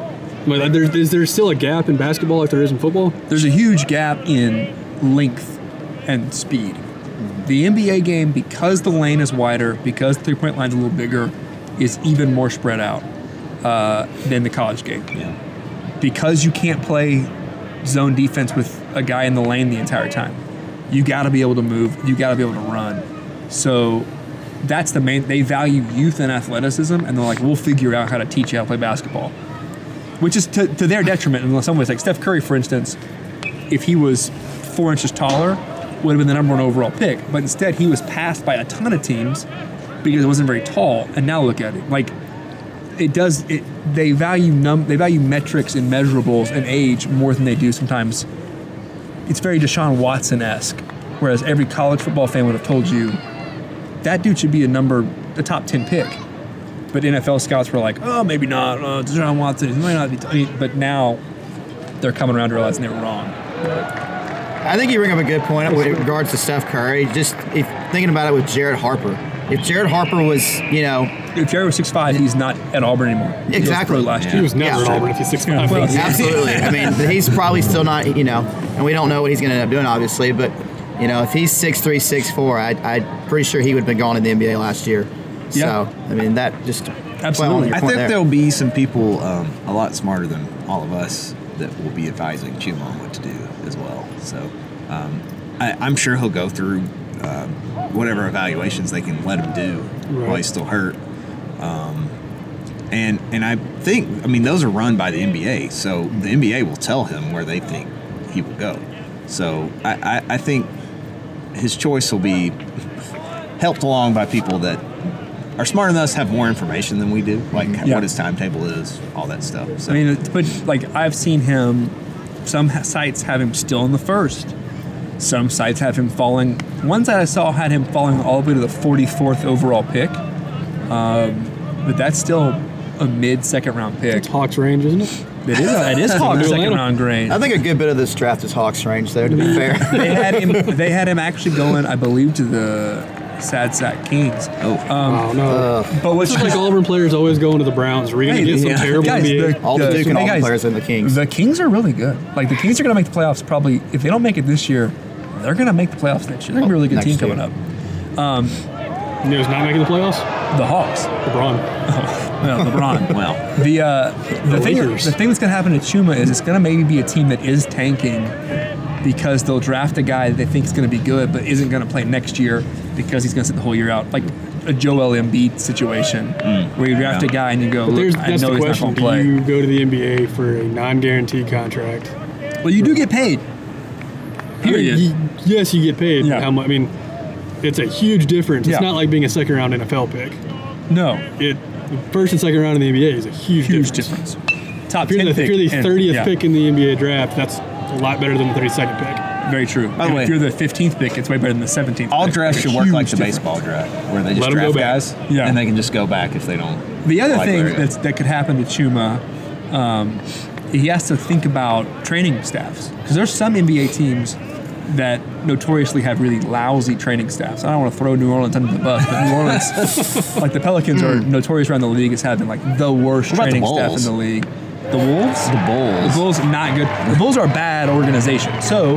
[SPEAKER 3] But there, is there still a gap in basketball like there is in football?
[SPEAKER 6] there's a huge gap in length and speed. The NBA game, because the lane is wider, because the three point line's a little bigger, is even more spread out uh, than the college game.
[SPEAKER 7] yeah.
[SPEAKER 6] Because you can't play zone defense with a guy in the lane the entire time. You got to be able to move, you got to be able to run. So that's the main, they value youth and athleticism, and they're like, we'll figure out how to teach you how to play basketball which is to, to their detriment in some ways. Like Steph Curry, for instance, if he was four inches taller, would have been the number one overall pick. But instead, he was passed by a ton of teams because it wasn't very tall. And now look at it. Like it does. It they value num they value metrics and measurables and age more than they do sometimes. It's very Deshaun Watson esque. Whereas every college football fan would have told you that dude should be a number, a top ten pick. But NFL scouts were like, oh, maybe not. Uh, Deshaun Watson, he might not be. T-. I mean, But now they're coming around to realizing they were wrong.
[SPEAKER 10] I think you bring up a good point with regards to Steph Curry. Just if, thinking about it with Jared Harper. If Jared Harper was, you know,
[SPEAKER 6] If Jerry was 6'5, he's not at Auburn anymore. He was
[SPEAKER 10] Exactly.
[SPEAKER 6] pro last
[SPEAKER 7] Yeah.
[SPEAKER 3] He
[SPEAKER 6] year.
[SPEAKER 3] was never
[SPEAKER 10] Yeah.
[SPEAKER 3] an Auburn if he's six five.
[SPEAKER 6] Well,
[SPEAKER 10] Absolutely. I mean, he's probably still not, you know, and we don't know what he's going to end up doing, obviously, but, you know, if he's 6'3, 6'4, I, I'm pretty sure he would have been gone in the NBA last year.
[SPEAKER 6] Yeah.
[SPEAKER 10] So, I mean, that just.
[SPEAKER 6] Absolutely.
[SPEAKER 10] Well,
[SPEAKER 7] I think there'll be some people um, a lot smarter than all of us that will be advising Chuma on what to do as well. So um, I, I'm sure he'll go through um, whatever evaluations they can let him do while
[SPEAKER 3] Right.
[SPEAKER 7] he's still hurt. Um, and and I think I mean those are run by the NBA, so the NBA will tell him where they think he will go. So I, I, I think his choice will be helped along by people that are smarter than us, have more information than we do, like
[SPEAKER 6] Yeah.
[SPEAKER 7] what his timetable is, all that stuff. So
[SPEAKER 6] I mean, it's- but like I've seen him, some ha- sites have him still in the first. Some sites have him falling. One site I saw had him falling all the way to the 44th overall pick. Um, but that's still a mid second round pick.
[SPEAKER 3] It's Hawks range, isn't it?
[SPEAKER 6] It is, it is Hawks
[SPEAKER 3] Atlanta.
[SPEAKER 6] second round grade.
[SPEAKER 10] I think a good bit of this draft is Hawks range there, to be fair.
[SPEAKER 6] they had him. They had him actually going, I believe, to the Sad Sack Kings. Uh,
[SPEAKER 7] oh,
[SPEAKER 6] Um,
[SPEAKER 3] oh no!
[SPEAKER 6] But what's
[SPEAKER 3] it's like Auburn players always going to the Browns. We're gonna
[SPEAKER 6] Hey,
[SPEAKER 3] get some
[SPEAKER 6] yeah.
[SPEAKER 3] terrible
[SPEAKER 6] Guys,
[SPEAKER 3] NBA.
[SPEAKER 6] the-
[SPEAKER 10] All the Duke and all
[SPEAKER 6] Hey,
[SPEAKER 10] the
[SPEAKER 6] guys.
[SPEAKER 10] players in the Kings.
[SPEAKER 6] The Kings are really good. Like the Kings are going to make the playoffs probably. If they don't make it this year, they're going to make the playoffs next year. They're going to be a really good
[SPEAKER 10] Next
[SPEAKER 6] team
[SPEAKER 10] year.
[SPEAKER 6] coming up.
[SPEAKER 3] You know, it's not making the playoffs.
[SPEAKER 6] The Hawks.
[SPEAKER 3] LeBron.
[SPEAKER 6] No, LeBron.
[SPEAKER 7] well,
[SPEAKER 6] The uh, the,
[SPEAKER 3] The
[SPEAKER 6] thing
[SPEAKER 3] Lakers.
[SPEAKER 6] the thing that's gonna happen to Chuma is it's gonna maybe be a team that is tanking because they'll draft a guy that they think is gonna be good but isn't gonna play next year because he's gonna sit the whole year out, like a Joel Embiid situation where you draft a guy and you go,
[SPEAKER 3] Mm. But there's
[SPEAKER 6] Look, I
[SPEAKER 3] that's
[SPEAKER 6] know
[SPEAKER 3] the
[SPEAKER 6] he's not
[SPEAKER 3] question.
[SPEAKER 6] gonna
[SPEAKER 3] Do
[SPEAKER 6] play.
[SPEAKER 3] you go to the NBA for a non-guaranteed contract?
[SPEAKER 6] well, you do get paid.
[SPEAKER 3] I mean,
[SPEAKER 6] Period.
[SPEAKER 3] y- yes, you get paid. but
[SPEAKER 6] Yeah.
[SPEAKER 3] How much? I mean, it's a huge difference. It's
[SPEAKER 6] Yeah.
[SPEAKER 3] not like being a second round NFL pick.
[SPEAKER 6] no,
[SPEAKER 3] It first and second round in the NBA is a huge,
[SPEAKER 6] huge
[SPEAKER 3] difference.
[SPEAKER 6] difference. Top
[SPEAKER 3] If you're,
[SPEAKER 6] 10
[SPEAKER 3] the, if
[SPEAKER 6] pick
[SPEAKER 3] you're the
[SPEAKER 6] and-
[SPEAKER 3] 30th
[SPEAKER 6] yeah,
[SPEAKER 3] pick in the NBA draft, that's a lot better than the 32nd pick.
[SPEAKER 6] Very true.
[SPEAKER 7] the
[SPEAKER 6] And
[SPEAKER 7] way-
[SPEAKER 6] if you're the 15th pick, it's way better than the 17th.
[SPEAKER 7] all
[SPEAKER 6] pick.
[SPEAKER 7] drafts
[SPEAKER 6] It's a
[SPEAKER 7] should work
[SPEAKER 6] huge
[SPEAKER 7] like the
[SPEAKER 6] difference.
[SPEAKER 7] baseball draft, where they just
[SPEAKER 3] Let 'em go
[SPEAKER 7] draft
[SPEAKER 3] back.
[SPEAKER 7] guys
[SPEAKER 6] Yeah.
[SPEAKER 7] and they can just go back if they don't.
[SPEAKER 6] The other
[SPEAKER 7] like
[SPEAKER 6] thing
[SPEAKER 7] where they go.
[SPEAKER 6] that's, that could happen to Chuma, um, he has to think about training staffs because there's some NBA teams that notoriously have really lousy training staffs. I don't want to throw New Orleans under the bus, but New Orleans, like the Pelicans, are notorious around the league as having like the worst
[SPEAKER 7] Hmm. What about the
[SPEAKER 6] training staff in
[SPEAKER 7] Bulls?
[SPEAKER 6] the league. The Wolves.
[SPEAKER 7] the Bulls.
[SPEAKER 6] The Bulls are not good. The Bulls are a bad organization. So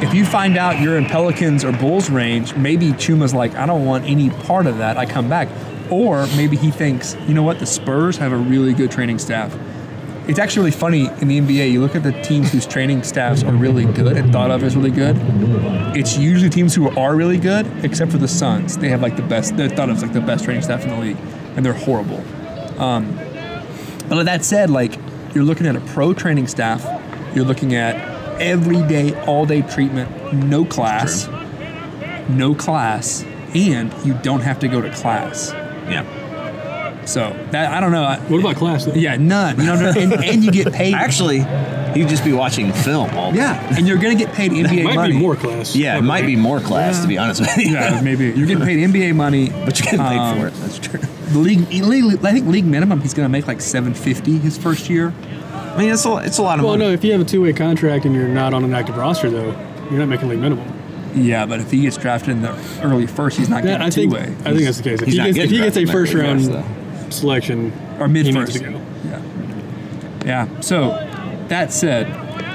[SPEAKER 6] if you find out you're in Pelicans or Bulls range, maybe Chuma's like, I don't want any part of that. I come back. Or maybe he thinks, you know what, the Spurs have a really good training staff. It's actually really funny in the NBA. You look at the teams whose training staffs are really good and thought of as really good. It's usually teams who are really good, except for the Suns. They have like the best. They're thought of as like the best training staff in the league, and they're horrible. Um, but with that said, like You're looking at a pro training staff. You're looking at every day, all day treatment, no class, no class, and you don't have to go to class.
[SPEAKER 7] Yeah.
[SPEAKER 6] So that I don't know. I-
[SPEAKER 3] What about class? Though?
[SPEAKER 6] Yeah, none. You know, and, and you get paid.
[SPEAKER 7] Actually, you'd just be watching film all the
[SPEAKER 6] yeah, and you're gonna get paid NBA
[SPEAKER 3] might
[SPEAKER 6] money.
[SPEAKER 3] be more class.
[SPEAKER 7] Yeah, it might be more class, to be honest with you.
[SPEAKER 6] Yeah, maybe you're getting paid NBA money,
[SPEAKER 7] But you're getting paid
[SPEAKER 6] Um,
[SPEAKER 7] for it. That's true.
[SPEAKER 6] The league, league, I think league minimum, he's gonna make like 750 his first year.
[SPEAKER 7] I mean, it's a, it's a lot of
[SPEAKER 3] Well, no,
[SPEAKER 7] money.
[SPEAKER 3] if you have a two-way contract and you're not on an active roster, though, you're not making league minimum.
[SPEAKER 6] Yeah, but if he gets drafted in the early first, he's not
[SPEAKER 3] Yeah,
[SPEAKER 6] getting
[SPEAKER 3] I
[SPEAKER 6] two
[SPEAKER 3] think
[SPEAKER 6] way
[SPEAKER 3] I think that's the case. If
[SPEAKER 7] he's
[SPEAKER 3] he
[SPEAKER 7] not
[SPEAKER 3] gets, if
[SPEAKER 7] getting
[SPEAKER 3] he gets a
[SPEAKER 7] drafted
[SPEAKER 3] first
[SPEAKER 7] in
[SPEAKER 3] round
[SPEAKER 7] that
[SPEAKER 3] selection
[SPEAKER 6] or mid
[SPEAKER 3] he needs
[SPEAKER 6] first.
[SPEAKER 3] to go.
[SPEAKER 6] Yeah. Yeah. So that said,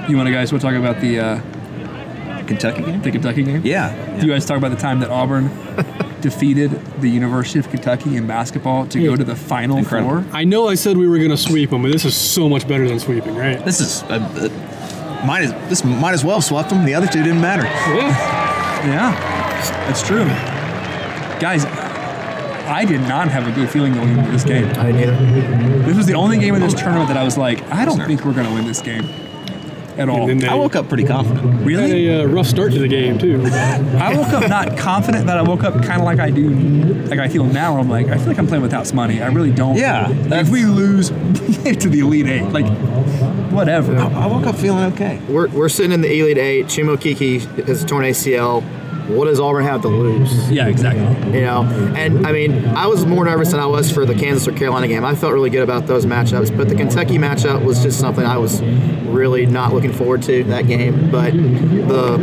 [SPEAKER 6] you want to guys want to talk about the uh,
[SPEAKER 7] Kentucky game?
[SPEAKER 6] the Kentucky game?
[SPEAKER 7] Yeah.
[SPEAKER 6] Do you guys talk about the time that Auburn defeated the University of Kentucky in basketball to go
[SPEAKER 3] Yeah.
[SPEAKER 6] to the Final
[SPEAKER 7] Incredible.
[SPEAKER 6] Four?
[SPEAKER 3] I know I said we were going to sweep him, but this is so much better than sweeping, right?
[SPEAKER 7] This is. Uh, uh, might as, this might as well have swept them. The other two didn't matter.
[SPEAKER 3] Yeah.
[SPEAKER 6] Yeah, that's true. Guys, I did not have a good feeling going into this game.
[SPEAKER 10] I didn't either.
[SPEAKER 6] This was the only game
[SPEAKER 3] Oh.
[SPEAKER 6] in this tournament that I was like, I don't think we're going to win this game at all.
[SPEAKER 3] And then
[SPEAKER 7] I
[SPEAKER 3] they
[SPEAKER 7] woke up pretty confident.
[SPEAKER 3] had
[SPEAKER 6] Really?
[SPEAKER 3] a uh, rough start to the game too.
[SPEAKER 6] I woke up not confident, but I woke up kind of like I do, like I feel now. Where I'm like, I feel like I'm playing with house money. I really don't.
[SPEAKER 7] Yeah,
[SPEAKER 6] If
[SPEAKER 7] that's-
[SPEAKER 6] we lose to the Elite Eight, like whatever.
[SPEAKER 7] I, I woke up feeling okay.
[SPEAKER 10] We're, we're sitting in the Elite Eight. Chimo Kiki has torn ACL. What does Auburn have to lose?
[SPEAKER 6] Yeah, exactly.
[SPEAKER 10] You know, and I mean, I was more nervous than I was for the Kansas or Carolina game. I felt really good about those matchups, but the Kentucky matchup was just something I was really not looking forward to that game. But the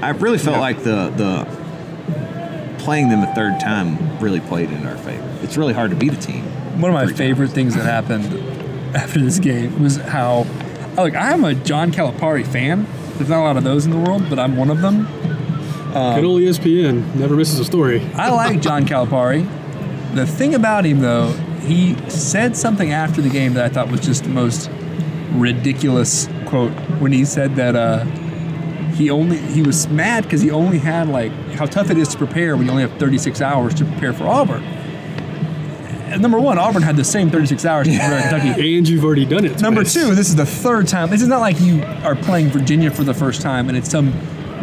[SPEAKER 7] I really felt like the the playing them a third time really played in our favor. It's really hard to beat a team.
[SPEAKER 6] One of my favorite things that happened after this game was how, like, I'm a John Calipari fan. There's not a lot of those in the world, but I'm one of them. Uh,
[SPEAKER 3] Good old E ESPN never misses a story.
[SPEAKER 6] I like John Calipari. The thing about him, though, he said something after the game that I thought was just the most ridiculous quote when he said that uh, he only he was mad because he only had like how tough it is to prepare when you only have 36 hours to prepare for Auburn. And number one, Auburn had the same 36 hours to prepare for Kentucky.
[SPEAKER 3] And you've already done it.
[SPEAKER 6] Number
[SPEAKER 3] twice.
[SPEAKER 6] two, this is the third time. This is not like you are playing Virginia for the first time and it's some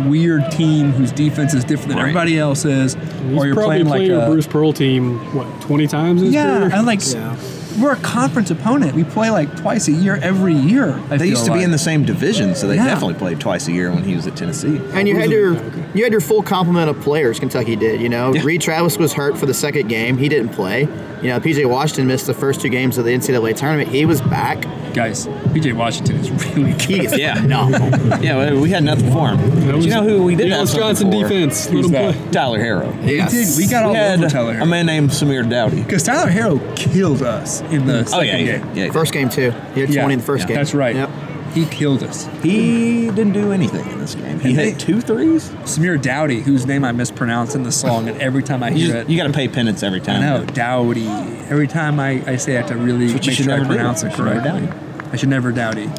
[SPEAKER 6] weird team whose defense is different than
[SPEAKER 7] Right.
[SPEAKER 6] everybody else's,
[SPEAKER 3] He's
[SPEAKER 6] or you're
[SPEAKER 3] probably
[SPEAKER 6] playing like
[SPEAKER 3] a
[SPEAKER 6] a,
[SPEAKER 3] Bruce Pearl team what twenty times in his
[SPEAKER 6] yeah,
[SPEAKER 3] career?
[SPEAKER 6] and like
[SPEAKER 10] Yeah.
[SPEAKER 6] we're a conference opponent. We play like twice a year every year.
[SPEAKER 7] They
[SPEAKER 6] I feel
[SPEAKER 7] used to be
[SPEAKER 6] like.
[SPEAKER 7] in the same division, so they
[SPEAKER 6] Yeah.
[SPEAKER 7] definitely played twice a year when he was at Tennessee.
[SPEAKER 10] and you had your you had your full complement of players. Kentucky did. You know, Reed Travis was hurt for the second game. He didn't play. You know, PJ Washington missed the first two games of the NCAA tournament. He was back.
[SPEAKER 6] guys. PJ Washington is really
[SPEAKER 10] He
[SPEAKER 6] good.
[SPEAKER 10] is
[SPEAKER 7] Yeah.
[SPEAKER 10] phenomenal.
[SPEAKER 7] Yeah, well, we had nothing for him.
[SPEAKER 3] That
[SPEAKER 7] But you
[SPEAKER 3] was
[SPEAKER 7] know who we did
[SPEAKER 3] Dallas
[SPEAKER 7] have something
[SPEAKER 3] Johnson
[SPEAKER 7] for?
[SPEAKER 3] defense. Let
[SPEAKER 6] Who's
[SPEAKER 3] him
[SPEAKER 6] that?
[SPEAKER 3] play.
[SPEAKER 7] Tyler Harrow.
[SPEAKER 6] We did.
[SPEAKER 10] Yes.
[SPEAKER 6] We got all
[SPEAKER 7] we had
[SPEAKER 6] over Tyler
[SPEAKER 7] a
[SPEAKER 6] Harrow
[SPEAKER 7] man named Samir Dowdy. Oh,
[SPEAKER 6] because Tyler Harrow killed us in the second game.
[SPEAKER 7] yeah.
[SPEAKER 10] First game too. He had 20 in the first
[SPEAKER 6] Oh, yeah,
[SPEAKER 10] game.
[SPEAKER 6] That's right.
[SPEAKER 10] Yep.
[SPEAKER 6] He killed us.
[SPEAKER 7] He didn't do anything in this game. He
[SPEAKER 6] And they-
[SPEAKER 7] hit two threes.
[SPEAKER 6] Samir Dowdy, whose name I mispronounce in the song, and every time I
[SPEAKER 7] You,
[SPEAKER 6] hear
[SPEAKER 7] just-
[SPEAKER 6] it,
[SPEAKER 7] you got to pay penance every
[SPEAKER 6] I
[SPEAKER 7] time.
[SPEAKER 6] know Dowdy. Every time I, I say, it, I have to really
[SPEAKER 7] what
[SPEAKER 6] make
[SPEAKER 7] you should
[SPEAKER 6] sure I
[SPEAKER 7] never do.
[SPEAKER 6] pronounce
[SPEAKER 7] You
[SPEAKER 6] it
[SPEAKER 7] should never
[SPEAKER 6] correctly. I should never Dowdy.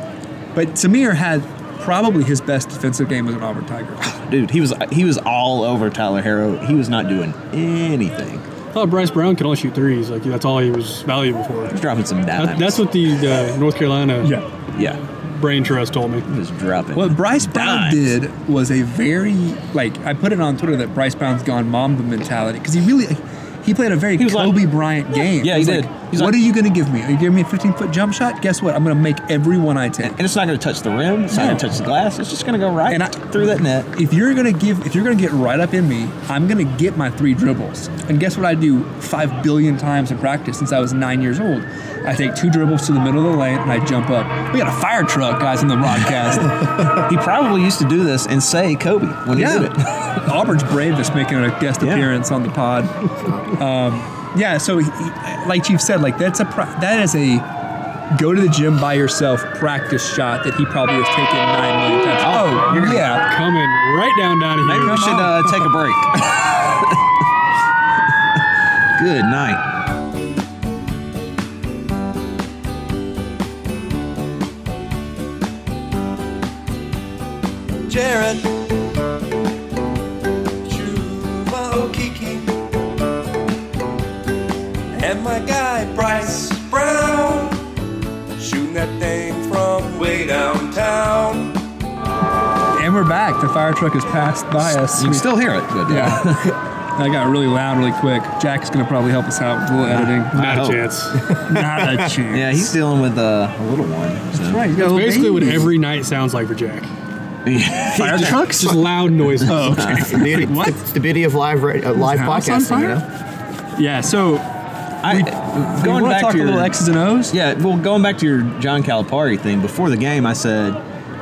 [SPEAKER 6] But Samir had probably his best defensive game as an Auburn Tiger.
[SPEAKER 7] Dude, he was he was all over Tyler Harrow. He was not doing anything.
[SPEAKER 3] I thought Bryce Brown could only shoot threes. Like that's all he was valuable for.
[SPEAKER 7] He was dropping some dimes.
[SPEAKER 3] That, that's what the uh, North Carolina
[SPEAKER 7] Yeah,
[SPEAKER 3] brain trust told me.
[SPEAKER 7] he was dropping.
[SPEAKER 6] What Bryce Brown
[SPEAKER 7] dimes.
[SPEAKER 6] did was a very like I put it on Twitter that Bryce Brown's gone mamba mentality because he really he played a very
[SPEAKER 7] was like-
[SPEAKER 6] Kobe Bryant game.
[SPEAKER 7] Yeah,
[SPEAKER 6] It was
[SPEAKER 7] he
[SPEAKER 6] like,
[SPEAKER 7] did. He's
[SPEAKER 6] what
[SPEAKER 7] like-
[SPEAKER 6] are you going to give me? Are you giving me a 15 foot jump shot? Guess what? I'm going to make everyone I take.
[SPEAKER 7] And it's not going to touch the rim. It's not going
[SPEAKER 6] No.
[SPEAKER 7] to touch the glass. It's just going to go right
[SPEAKER 6] And I-
[SPEAKER 7] through that net.
[SPEAKER 6] if you're gonna give, if you're gonna get right up in me, I'm gonna get my three dribbles. And guess what I do five billion times in practice since I was nine years old? I take two dribbles to the middle of the lane and I jump up. We got a fire truck, guys, in the broadcast.
[SPEAKER 7] He probably used to do this and say Kobe when he did it.
[SPEAKER 6] yeah, Auburn's bravest making a guest
[SPEAKER 7] Yeah.
[SPEAKER 6] appearance on the pod. Um, yeah, so he, he- like Chief said, like that's a pra- that is a go to the gym by yourself practice shot that he probably has taken nine million times. Oh, yeah.
[SPEAKER 3] Coming right down down here.
[SPEAKER 7] Maybe we
[SPEAKER 6] Come
[SPEAKER 7] should
[SPEAKER 6] on.
[SPEAKER 7] uh, take a break. Good night.
[SPEAKER 2] Jared. Chuba Okiki. And my guy, Bryce Brown. way downtown.
[SPEAKER 6] And we're back. The fire truck has passed by us.
[SPEAKER 7] You
[SPEAKER 6] We-
[SPEAKER 7] can still hear it, but
[SPEAKER 6] Yeah. I got really loud really quick. Jack's gonna probably help us out with a little editing.
[SPEAKER 3] Not
[SPEAKER 7] hope.
[SPEAKER 3] a chance.
[SPEAKER 6] Not a chance.
[SPEAKER 7] yeah, he's dealing with uh, a little one. So. That's
[SPEAKER 6] right. He's got
[SPEAKER 3] That's
[SPEAKER 6] a little
[SPEAKER 3] basically what
[SPEAKER 6] baby.
[SPEAKER 3] every night sounds like for Jack.
[SPEAKER 7] Fire
[SPEAKER 3] It's just loud noises.
[SPEAKER 6] Oh,
[SPEAKER 10] It's the beauty,
[SPEAKER 6] What?
[SPEAKER 10] It's the beauty of live ra- uh, live
[SPEAKER 6] house
[SPEAKER 10] podcasting,
[SPEAKER 6] on
[SPEAKER 10] you
[SPEAKER 6] fire?
[SPEAKER 10] know?
[SPEAKER 6] Yeah. So
[SPEAKER 7] I,
[SPEAKER 6] going
[SPEAKER 7] Uh, going
[SPEAKER 6] want to
[SPEAKER 7] back
[SPEAKER 6] talk
[SPEAKER 7] to
[SPEAKER 6] a
[SPEAKER 7] your
[SPEAKER 6] little X's and O's.
[SPEAKER 7] Yeah, well, going back to your John Calipari thing, before the game, I said,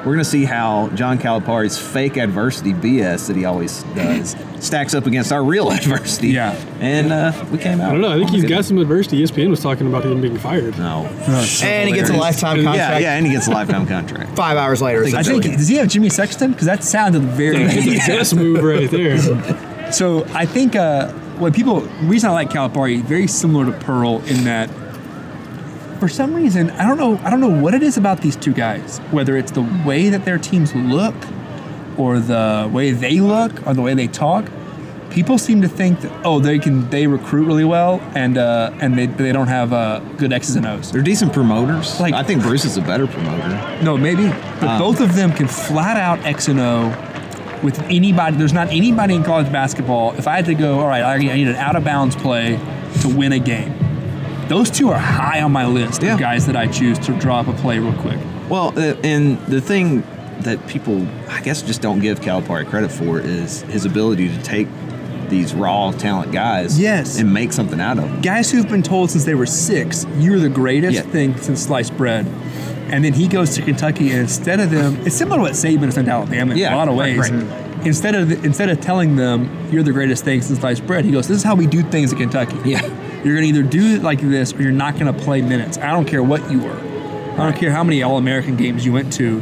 [SPEAKER 7] we're going to see how John Calipari's fake adversity BS that he always does stacks up against our real adversity.
[SPEAKER 6] Yeah.
[SPEAKER 7] And uh, we came out.
[SPEAKER 3] I don't know. I think he's got some adversity. E ESPN was talking about him being fired.
[SPEAKER 7] No.
[SPEAKER 6] Oh,
[SPEAKER 10] And he gets a lifetime
[SPEAKER 7] Yeah,
[SPEAKER 10] contract
[SPEAKER 7] yeah, and he gets a lifetime contract.
[SPEAKER 10] five hours later.
[SPEAKER 6] I
[SPEAKER 10] I
[SPEAKER 6] think does he have Jimmy Sexton? Because that sounded very.
[SPEAKER 3] That's a chess move right there.
[SPEAKER 6] So I think uh, what people reason I like Calipari very similar to Pearl in that for some reason I don't know I don't know what it is about these two guys whether it's the way that their teams look or the way they look or the way they talk people seem to think that oh they can they recruit really well and uh, and they, they don't have uh, good X's and O's
[SPEAKER 7] They're decent promoters.
[SPEAKER 6] Like-
[SPEAKER 7] I think Bruce is a better promoter.
[SPEAKER 6] no maybe but both of them can flat out X and O with anybody. There's not anybody in college basketball. If I had to go, all right, I I need an out of bounds play to win a game. Those two are high on my list
[SPEAKER 7] Yeah.
[SPEAKER 6] of guys that I choose to drop a play real quick.
[SPEAKER 7] Well, uh, and the thing that people, I guess, just don't give Calipari credit for is his ability to take these raw talent guys
[SPEAKER 6] Yes.
[SPEAKER 7] and make something out of them.
[SPEAKER 6] Guys who've been told since they were six, you're the greatest
[SPEAKER 7] Yeah.
[SPEAKER 6] thing since sliced bread. And then he goes to Kentucky, and instead of them, it's similar to what Saban has done to Alabama in
[SPEAKER 7] Yeah,
[SPEAKER 6] a lot of
[SPEAKER 7] right,
[SPEAKER 6] ways. Instead of instead of telling them you're the greatest thing since sliced bread, he goes, "This is how we do things at Kentucky.
[SPEAKER 7] Yeah.
[SPEAKER 6] you're gonna either do it like this, or you're not gonna play minutes. I don't care what you were. I don't care how many All-American games you went to.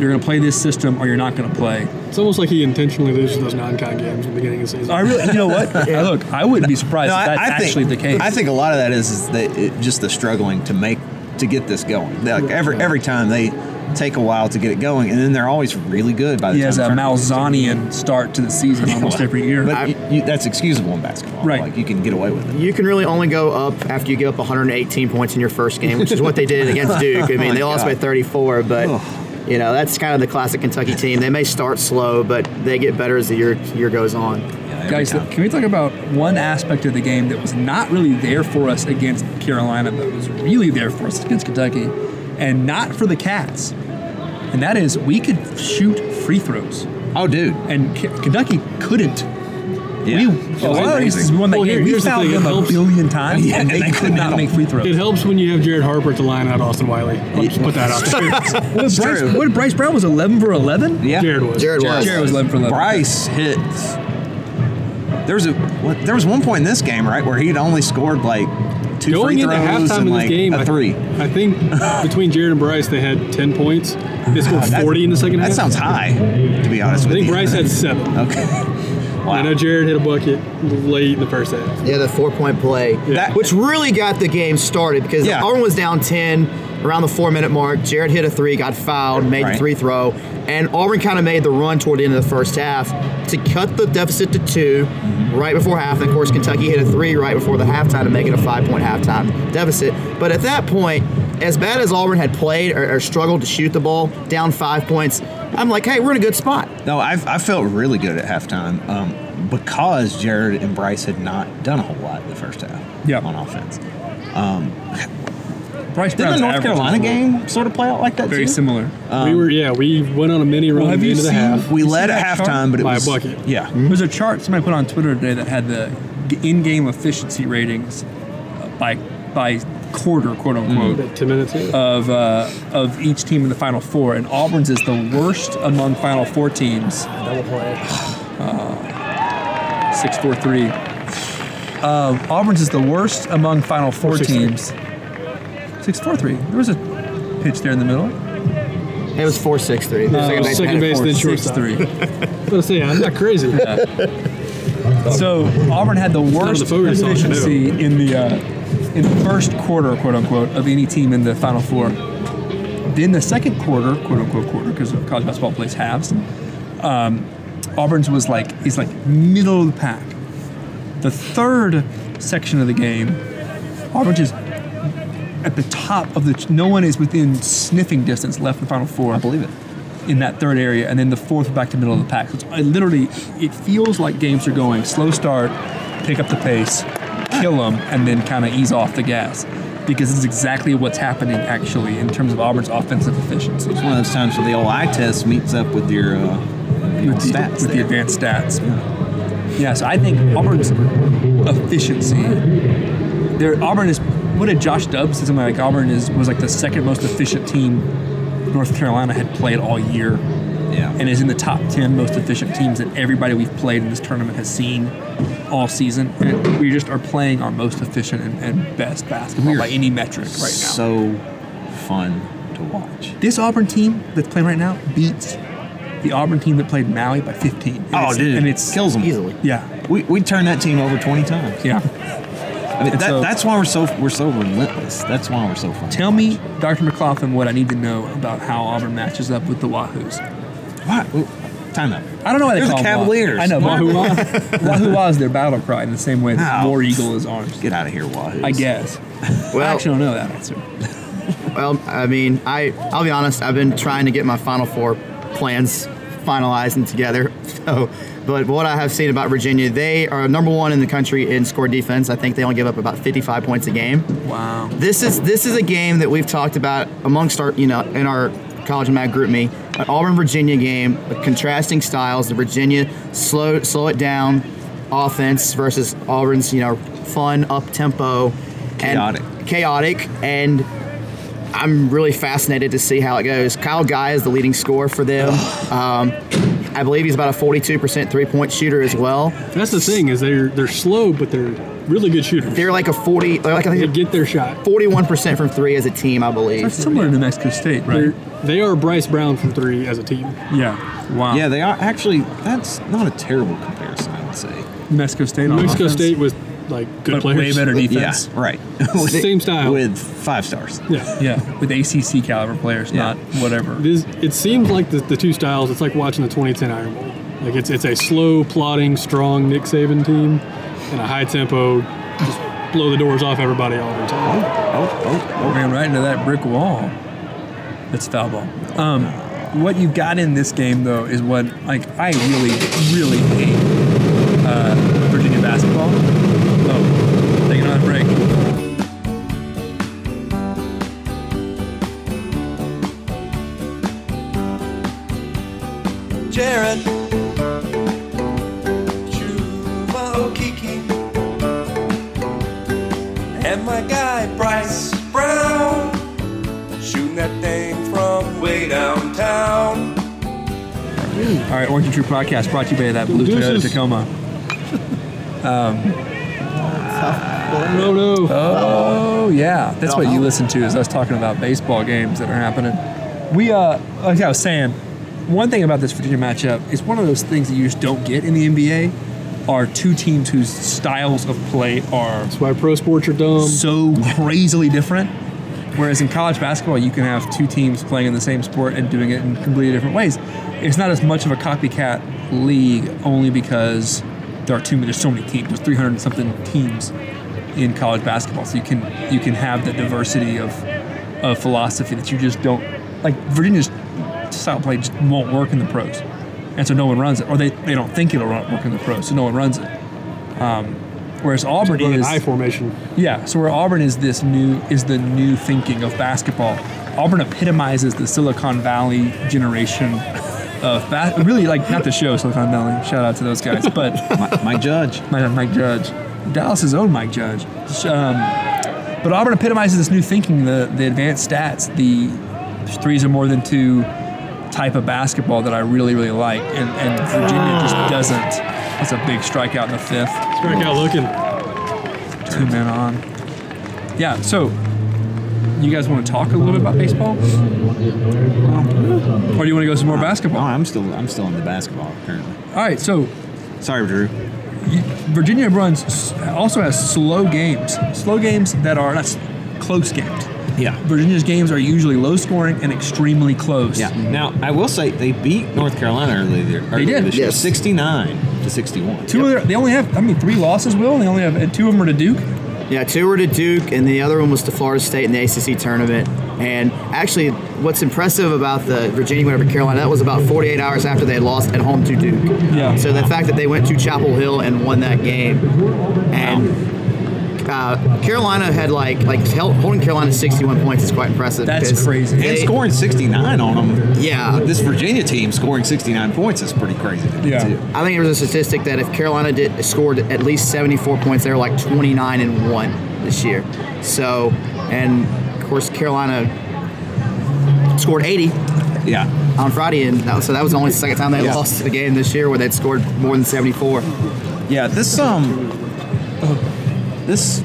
[SPEAKER 6] You're gonna play this system, or you're not gonna play.
[SPEAKER 3] It's almost like he intentionally loses those non-con games in the beginning of the season.
[SPEAKER 6] I really, you know what? Look, I wouldn't be surprised
[SPEAKER 7] No, I-
[SPEAKER 6] if that's
[SPEAKER 7] I think-
[SPEAKER 6] actually the case.
[SPEAKER 7] I think a lot of that is, is that it, just the struggling to make to get this going. Like every every time they take a while to get it going, and then they're always really good by the
[SPEAKER 6] He
[SPEAKER 7] time.
[SPEAKER 6] has a
[SPEAKER 7] the tournament gets to-
[SPEAKER 6] Malzahnian start to the season almost every year.
[SPEAKER 7] But you, you, that's excusable in basketball.
[SPEAKER 6] Right.
[SPEAKER 7] Like you can get away with it.
[SPEAKER 10] you can really only go up after you give up 118 points in your first game, which is what they did against Duke. I mean,
[SPEAKER 7] Oh my
[SPEAKER 10] they lost by
[SPEAKER 7] God.
[SPEAKER 10] 34, but.
[SPEAKER 7] Ugh.
[SPEAKER 10] You know that's kind of the classic Kentucky team. They may start slow, but they get better as the year year goes on.
[SPEAKER 7] Yeah, every
[SPEAKER 6] Guys,
[SPEAKER 7] time.
[SPEAKER 6] can we talk about one aspect of the game that was not really there for us against Carolina, but was really there for us against Kentucky, and not for the Cats? And that is, we could shoot free throws,
[SPEAKER 7] oh, dude.
[SPEAKER 6] and K- Kentucky couldn't.
[SPEAKER 7] Yeah.
[SPEAKER 6] We,
[SPEAKER 7] Oh,
[SPEAKER 6] a lot of
[SPEAKER 7] amazing.
[SPEAKER 6] reasons we won that
[SPEAKER 3] Well, here-
[SPEAKER 6] game. We
[SPEAKER 3] here's the
[SPEAKER 6] fouled
[SPEAKER 3] thing, it
[SPEAKER 6] them a
[SPEAKER 3] helps-
[SPEAKER 6] billion times,
[SPEAKER 7] Yeah,
[SPEAKER 6] and
[SPEAKER 7] and
[SPEAKER 6] they
[SPEAKER 7] they
[SPEAKER 6] could
[SPEAKER 7] couldn't
[SPEAKER 6] not
[SPEAKER 7] at
[SPEAKER 6] make
[SPEAKER 7] all.
[SPEAKER 6] free
[SPEAKER 3] It
[SPEAKER 6] throws.
[SPEAKER 3] helps when you have Jared Harper at the line out Austin Wiley. I'll just put that out there.
[SPEAKER 6] What, Bryce,
[SPEAKER 7] true.
[SPEAKER 6] what, Bryce Brown was 11 for 11?
[SPEAKER 7] Yeah.
[SPEAKER 3] Jared was.
[SPEAKER 10] Jared was.
[SPEAKER 6] Jared was 11 for 11.
[SPEAKER 7] Bryce hits. There was a what, there was one point in this game right where he'd only scored like two
[SPEAKER 3] Going
[SPEAKER 7] free
[SPEAKER 3] into
[SPEAKER 7] throws
[SPEAKER 3] halftime
[SPEAKER 7] and
[SPEAKER 3] in
[SPEAKER 7] like
[SPEAKER 3] this game,
[SPEAKER 7] a
[SPEAKER 3] I-
[SPEAKER 7] three.
[SPEAKER 3] I, think between Jared and Bryce, they had 10 points. They scored
[SPEAKER 7] Oh, that-
[SPEAKER 3] 40 in the second
[SPEAKER 7] that
[SPEAKER 3] half.
[SPEAKER 7] sounds high, to be honest
[SPEAKER 3] I
[SPEAKER 7] with
[SPEAKER 3] think
[SPEAKER 7] you.
[SPEAKER 3] Bryce had seven.
[SPEAKER 7] Okay. Wow.
[SPEAKER 3] I know Jared hit a bucket late in the first half.
[SPEAKER 10] Yeah, the four point play,
[SPEAKER 7] That-
[SPEAKER 10] which really got the game started because
[SPEAKER 7] Yeah.
[SPEAKER 10] Auburn was down 10 around the four minute mark. Jared hit a three, got fouled, made
[SPEAKER 7] Right.
[SPEAKER 10] the three throw, and Auburn kind of made the run toward the end of the first half to cut the deficit to two right before half. And of course, Kentucky hit a three right before the halftime to make it a five point halftime deficit. But at that point, as bad as Auburn had played or, or struggled to shoot the ball, down five points, I'm like, hey, we're in a good spot.
[SPEAKER 7] No, I, I felt really good at halftime um, because Jared and Bryce had not done a whole lot in the first half
[SPEAKER 6] Yeah.
[SPEAKER 7] on offense.
[SPEAKER 6] Bryce
[SPEAKER 7] Did the
[SPEAKER 6] Brown's
[SPEAKER 7] North
[SPEAKER 6] average was
[SPEAKER 7] Carolina
[SPEAKER 6] low.
[SPEAKER 7] game sort of play out like that
[SPEAKER 6] very
[SPEAKER 7] too?
[SPEAKER 6] similar.
[SPEAKER 7] Um,
[SPEAKER 3] we were, yeah, we went on a mini run
[SPEAKER 6] Well,
[SPEAKER 3] at
[SPEAKER 6] have
[SPEAKER 3] the
[SPEAKER 6] you
[SPEAKER 3] end of the
[SPEAKER 6] seen-
[SPEAKER 3] half.
[SPEAKER 7] We
[SPEAKER 6] You
[SPEAKER 7] led
[SPEAKER 6] see
[SPEAKER 7] at
[SPEAKER 6] that
[SPEAKER 7] halftime,
[SPEAKER 6] chart?
[SPEAKER 7] but it
[SPEAKER 3] By a
[SPEAKER 7] was
[SPEAKER 3] bucket.
[SPEAKER 7] Yeah,
[SPEAKER 6] There's a chart somebody put on Twitter today that had the g- in-game efficiency ratings uh, by by quarter, quote unquote,
[SPEAKER 3] About 10 minutes in.
[SPEAKER 6] of uh, of each team in the Final Four, and Auburn's is the worst among Final Four teams. Uh,
[SPEAKER 3] Double play.
[SPEAKER 6] Six four three. Um, Auburn's is the worst among Final Four
[SPEAKER 3] Six, three.
[SPEAKER 6] teams. Six four three. There was a pitch there in the middle.
[SPEAKER 10] It was 4 6 3.
[SPEAKER 3] Second base, then
[SPEAKER 6] Six
[SPEAKER 3] shortstop.
[SPEAKER 6] three.
[SPEAKER 3] I was gonna say, I'm not crazy.
[SPEAKER 6] So Auburn had the worst
[SPEAKER 3] the focus on it, no.
[SPEAKER 6] efficiency in the uh, in the first quarter, quote unquote, of any team in the Final Four. Then the second quarter, quote unquote, quarter, because college basketball plays halves. Um, Auburn's was like is like middle of the pack. The third section of the game, Auburn's is at the top of the. No one is within sniffing distance left in the final four.
[SPEAKER 7] I believe it.
[SPEAKER 6] in that third area, and then the fourth back to middle of the pack. So it's, I literally, it feels like games are going slow start, pick up the pace, kill them, and then kind of ease off the gas. Because this is exactly what's happening actually in terms of Auburn's offensive efficiency.
[SPEAKER 7] It's one of those times where the old eye test meets up with your, uh, your
[SPEAKER 6] With the,
[SPEAKER 7] stats.
[SPEAKER 6] with the
[SPEAKER 7] there.
[SPEAKER 6] advanced stats. Yeah, so I think Auburn's efficiency. There, Auburn is. What did Josh Dubs say? Something like Auburn is was like the second most efficient team North Carolina had played all year,
[SPEAKER 7] yeah.
[SPEAKER 6] and is in the top ten most efficient teams that everybody we've played in this tournament has seen all season. And we just are playing our most efficient and, and best basketball
[SPEAKER 7] We are
[SPEAKER 6] by any metric right now.
[SPEAKER 7] so fun to watch.
[SPEAKER 6] This Auburn team that's playing right now beats the Auburn team that played Maui by 15. And it's- And it's
[SPEAKER 7] Oh, kills them
[SPEAKER 10] easily.
[SPEAKER 6] Yeah,
[SPEAKER 7] We we turned that team over twenty times.
[SPEAKER 6] yeah.
[SPEAKER 7] I mean,
[SPEAKER 6] And
[SPEAKER 7] that,
[SPEAKER 6] so-
[SPEAKER 7] that's why we're so we're so relentless. That's why we're so fun. to
[SPEAKER 6] Tell
[SPEAKER 7] watch.
[SPEAKER 6] me, Dr. McLaughlin, what I need to know about how Auburn matches up with the Wahoos.
[SPEAKER 7] why. well, Time out.
[SPEAKER 6] I don't know why they
[SPEAKER 7] They're
[SPEAKER 6] call
[SPEAKER 7] the
[SPEAKER 6] them Wah-
[SPEAKER 7] Cavaliers.
[SPEAKER 6] I know
[SPEAKER 7] Why-
[SPEAKER 6] Wahoo. Wahoo is their battle cry in the same way that
[SPEAKER 7] Ow.
[SPEAKER 6] War Eagle is ours.
[SPEAKER 7] Get out of here, Wahoo.
[SPEAKER 6] I guess. I
[SPEAKER 10] Well,
[SPEAKER 6] actually don't know that answer.
[SPEAKER 10] well, I mean, I I'll be honest. I've been trying to get my Final Four plans finalized and together. So, but what I have seen about Virginia, they are number one in the country in score defense. I think they only give up about 55 points a game.
[SPEAKER 6] Wow.
[SPEAKER 10] This is this is a game that we've talked about amongst our you know in our college and mag group me an Auburn Virginia game contrasting styles the Virginia slow slow it down offense versus Auburn's you know fun up tempo
[SPEAKER 7] Chaotic.
[SPEAKER 10] chaotic and I'm really fascinated to see how it goes Kyle Guy is the leading scorer for them um, I believe he's about a 42% three point shooter as well
[SPEAKER 3] That's the thing is they're they're slow, but they're really good shooters.
[SPEAKER 10] they're like a 40 they're like I
[SPEAKER 3] They
[SPEAKER 10] think
[SPEAKER 3] get their shot.
[SPEAKER 10] 41% from three as a team I believe
[SPEAKER 6] That's similar to New Mexico State, right?
[SPEAKER 3] They're, they are Bryce Brown from three as a team.
[SPEAKER 6] yeah. Wow.
[SPEAKER 7] Yeah, they are actually. That's not a terrible comparison, I would say.
[SPEAKER 6] New Mexico State on
[SPEAKER 3] New Mexico
[SPEAKER 6] offense,
[SPEAKER 3] State was like good
[SPEAKER 6] but
[SPEAKER 3] players.
[SPEAKER 6] way better defense.
[SPEAKER 7] Yeah, right.
[SPEAKER 3] Same style.
[SPEAKER 7] with five stars.
[SPEAKER 3] Yeah.
[SPEAKER 6] Yeah, with ACC caliber players,
[SPEAKER 7] Yeah.
[SPEAKER 6] not whatever.
[SPEAKER 3] It, is, it seems like the, the two styles. It's like watching the 2010 Iron Bowl. Like it's it's a slow, plodding, strong Nick Saban team, and a high tempo, just blow the doors off everybody all the time.
[SPEAKER 6] ran right into that brick wall. That's foul ball. Um, what you've got in this game though is what like I really, really hate uh, Virginia basketball. Oh, taking another break.
[SPEAKER 2] Jared. Chuma Okiki. And my guy Bryce Brown. Shooting that thing from way downtown.
[SPEAKER 6] All right, Orange and True podcast brought to you by that blue Toyota
[SPEAKER 3] Deuces.
[SPEAKER 6] Tacoma.
[SPEAKER 3] No, no.
[SPEAKER 6] Oh yeah, that's what you listen to is us talking about baseball games that are happening. We uh, like I was saying, one thing about this Virginia matchup is one of those things that you just don't get in the NBA are two teams whose styles of play are
[SPEAKER 3] That's why pro sports are dumb.
[SPEAKER 6] so crazily different. Whereas in college basketball, you can have two teams playing in the same sport and doing it in completely different ways. It's not as much of a copycat league only because there are too many. There's so many teams. There's 300 and something teams in college basketball, so you can you can have the diversity of of philosophy that you just don't like. Virginia's style of play just won't work in the pros, and so no one runs it, or they, they don't think it'll run- work in the pros, so no one runs it. Um, whereas Auburn
[SPEAKER 3] Run an
[SPEAKER 6] is
[SPEAKER 3] I formation.
[SPEAKER 6] yeah, so where Auburn is this new is the new thinking of basketball. Auburn epitomizes the Silicon Valley generation of ba- really like not the show Silicon Valley. Shout out to those guys, but
[SPEAKER 7] My, my judge. oh,
[SPEAKER 6] my, Mike Judge, Dallas's own Mike Judge. Um, but Auburn epitomizes this new thinking, the the advanced stats, the threes are more than two type of basketball that I really really like, and, and Virginia just doesn't. That's a big strikeout in the fifth
[SPEAKER 3] Strike out looking.
[SPEAKER 6] two men on. Yeah, so you guys want to talk a little bit about baseball? Or do you want to go some more
[SPEAKER 7] No,
[SPEAKER 6] basketball?
[SPEAKER 7] I'm still I'm still in the basketball currently.
[SPEAKER 6] All right, so
[SPEAKER 7] Sorry, Drew.
[SPEAKER 6] Virginia runs s- also has slow games. Slow games that are not s- close games.
[SPEAKER 7] Yeah.
[SPEAKER 6] Virginia's games are usually low scoring and extremely close.
[SPEAKER 7] Yeah. Now I will say they beat North Carolina earlier. earlier
[SPEAKER 6] did.
[SPEAKER 7] This year,
[SPEAKER 10] Yes.
[SPEAKER 7] 69 to 61.
[SPEAKER 6] Two of their, they only have I mean three losses. Will they only have and two of them are to Duke?
[SPEAKER 10] Yeah, two were to Duke, and the other one was to Florida State in the ACC tournament. And actually, what's impressive about the Virginia win over Carolina, that was about 48 hours after they lost at home to Duke.
[SPEAKER 6] Yeah.
[SPEAKER 10] So the fact that they went to Chapel Hill and won that game, and uh, Carolina had like like held, holding Carolina to 61 points is quite impressive.
[SPEAKER 6] That's
[SPEAKER 10] because
[SPEAKER 6] crazy.
[SPEAKER 10] they-
[SPEAKER 7] And scoring 69 on them.
[SPEAKER 10] Yeah.
[SPEAKER 7] This Virginia team scoring 69 points is pretty crazy to me,
[SPEAKER 6] Yeah.
[SPEAKER 7] too.
[SPEAKER 10] I think there was a statistic that if Carolina did scored at least 74 points, they were like 29 and one this year. So, and of course Carolina scored 80
[SPEAKER 7] Yeah.
[SPEAKER 10] on Friday, and that, so that was the only second time they
[SPEAKER 7] Yeah.
[SPEAKER 10] lost to the game this year where they'd scored more than 74.
[SPEAKER 7] Yeah, this, um, this,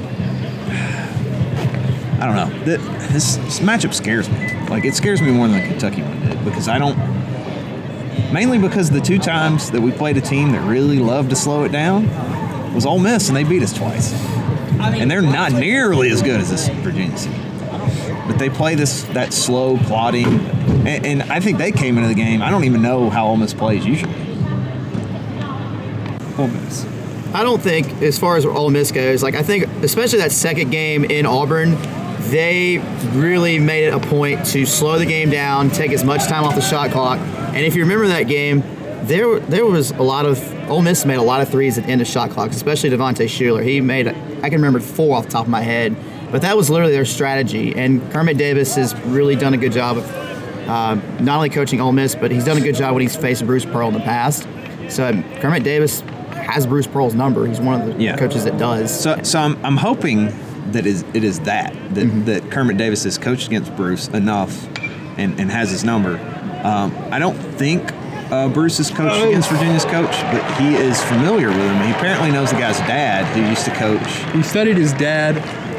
[SPEAKER 7] I don't know. Th- This, this matchup scares me. Like, it scares me more than the Kentucky one did because I don't, mainly because the two times that we played a team that really loved to slow it down was Ole Miss, and they beat us twice. And they're not nearly as good as this Virginia team. But they play this that slow plotting, and, and I think they came into the game. I don't even know how Ole Miss plays usually.
[SPEAKER 6] Ole Miss.
[SPEAKER 10] I don't think, as far as Ole Miss goes, like I think, especially that second game in Auburn, they really made it a point to slow the game down, take as much time off the shot clock. And if you remember that game, there there was a lot of Ole Miss made a lot of threes at the end of shot clocks, especially Devonte Shuler. He made I can remember four off the top of my head, but that was literally their strategy. And Kermit Davis has really done a good job of not only coaching Ole Miss, but he's done a good job when he's faced Bruce Pearl in the past. So um, Kermit Davis has Bruce Pearl's number. He's one of the
[SPEAKER 7] Yeah.
[SPEAKER 10] coaches that does.
[SPEAKER 7] So, so I'm, I'm hoping that is it is that that, that Kermit Davis has coached against Bruce enough and, and has his number. Um, I don't think uh, Bruce has coached against Virginia's coach, but he is familiar with him. He apparently knows the guy's dad who used to coach.
[SPEAKER 6] He studied his dad.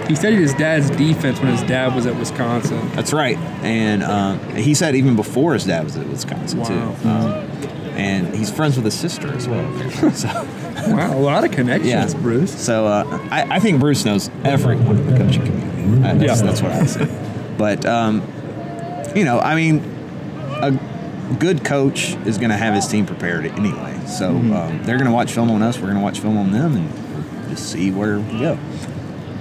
[SPEAKER 6] He studied his dad's defense when his dad was at Wisconsin.
[SPEAKER 7] That's right, and um, he said even before his dad was at Wisconsin too.
[SPEAKER 6] Wow.
[SPEAKER 7] Um, and he's friends with his sister as well. apparently. So,
[SPEAKER 6] Wow, a lot of connections, Bruce.
[SPEAKER 7] So uh, I, I think Bruce knows everyone in the coaching community. Uh, that's,
[SPEAKER 6] Yeah.
[SPEAKER 7] that's what I would say. But um, you know, I mean, a good coach is going to have his team prepared anyway. So um, they're going to watch film on us. We're going to watch film on them, and just see where we go.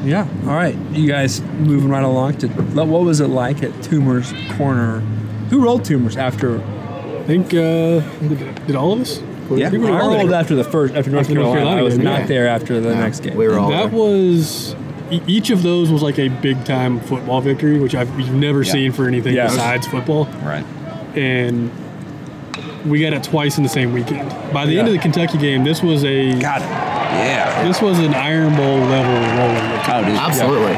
[SPEAKER 6] Yeah. All right, you guys moving right along to what was it like at Tumors Corner? Who rolled Tumors after?
[SPEAKER 3] I think uh, did, did all of us?
[SPEAKER 7] Yeah.
[SPEAKER 3] I think we
[SPEAKER 6] I
[SPEAKER 3] were all
[SPEAKER 6] rolled
[SPEAKER 3] there.
[SPEAKER 6] after the first after North
[SPEAKER 3] After North
[SPEAKER 6] Carolina. I
[SPEAKER 3] Carolina
[SPEAKER 6] was
[SPEAKER 3] game,
[SPEAKER 6] not
[SPEAKER 3] yeah.
[SPEAKER 6] there after the next game.
[SPEAKER 10] we were all
[SPEAKER 3] That
[SPEAKER 10] there.
[SPEAKER 3] was e- each of those was like a big time football victory, which I've we've never
[SPEAKER 7] Yeah.
[SPEAKER 3] seen for anything
[SPEAKER 6] Yeah.
[SPEAKER 3] besides football.
[SPEAKER 7] Right.
[SPEAKER 3] And we got it twice in the same weekend. By the end of
[SPEAKER 6] Yeah.
[SPEAKER 3] the Kentucky game, this was a
[SPEAKER 7] Got it. Yeah.
[SPEAKER 3] this was an Iron Bowl level rolling.
[SPEAKER 7] Oh, dude.
[SPEAKER 10] Absolutely.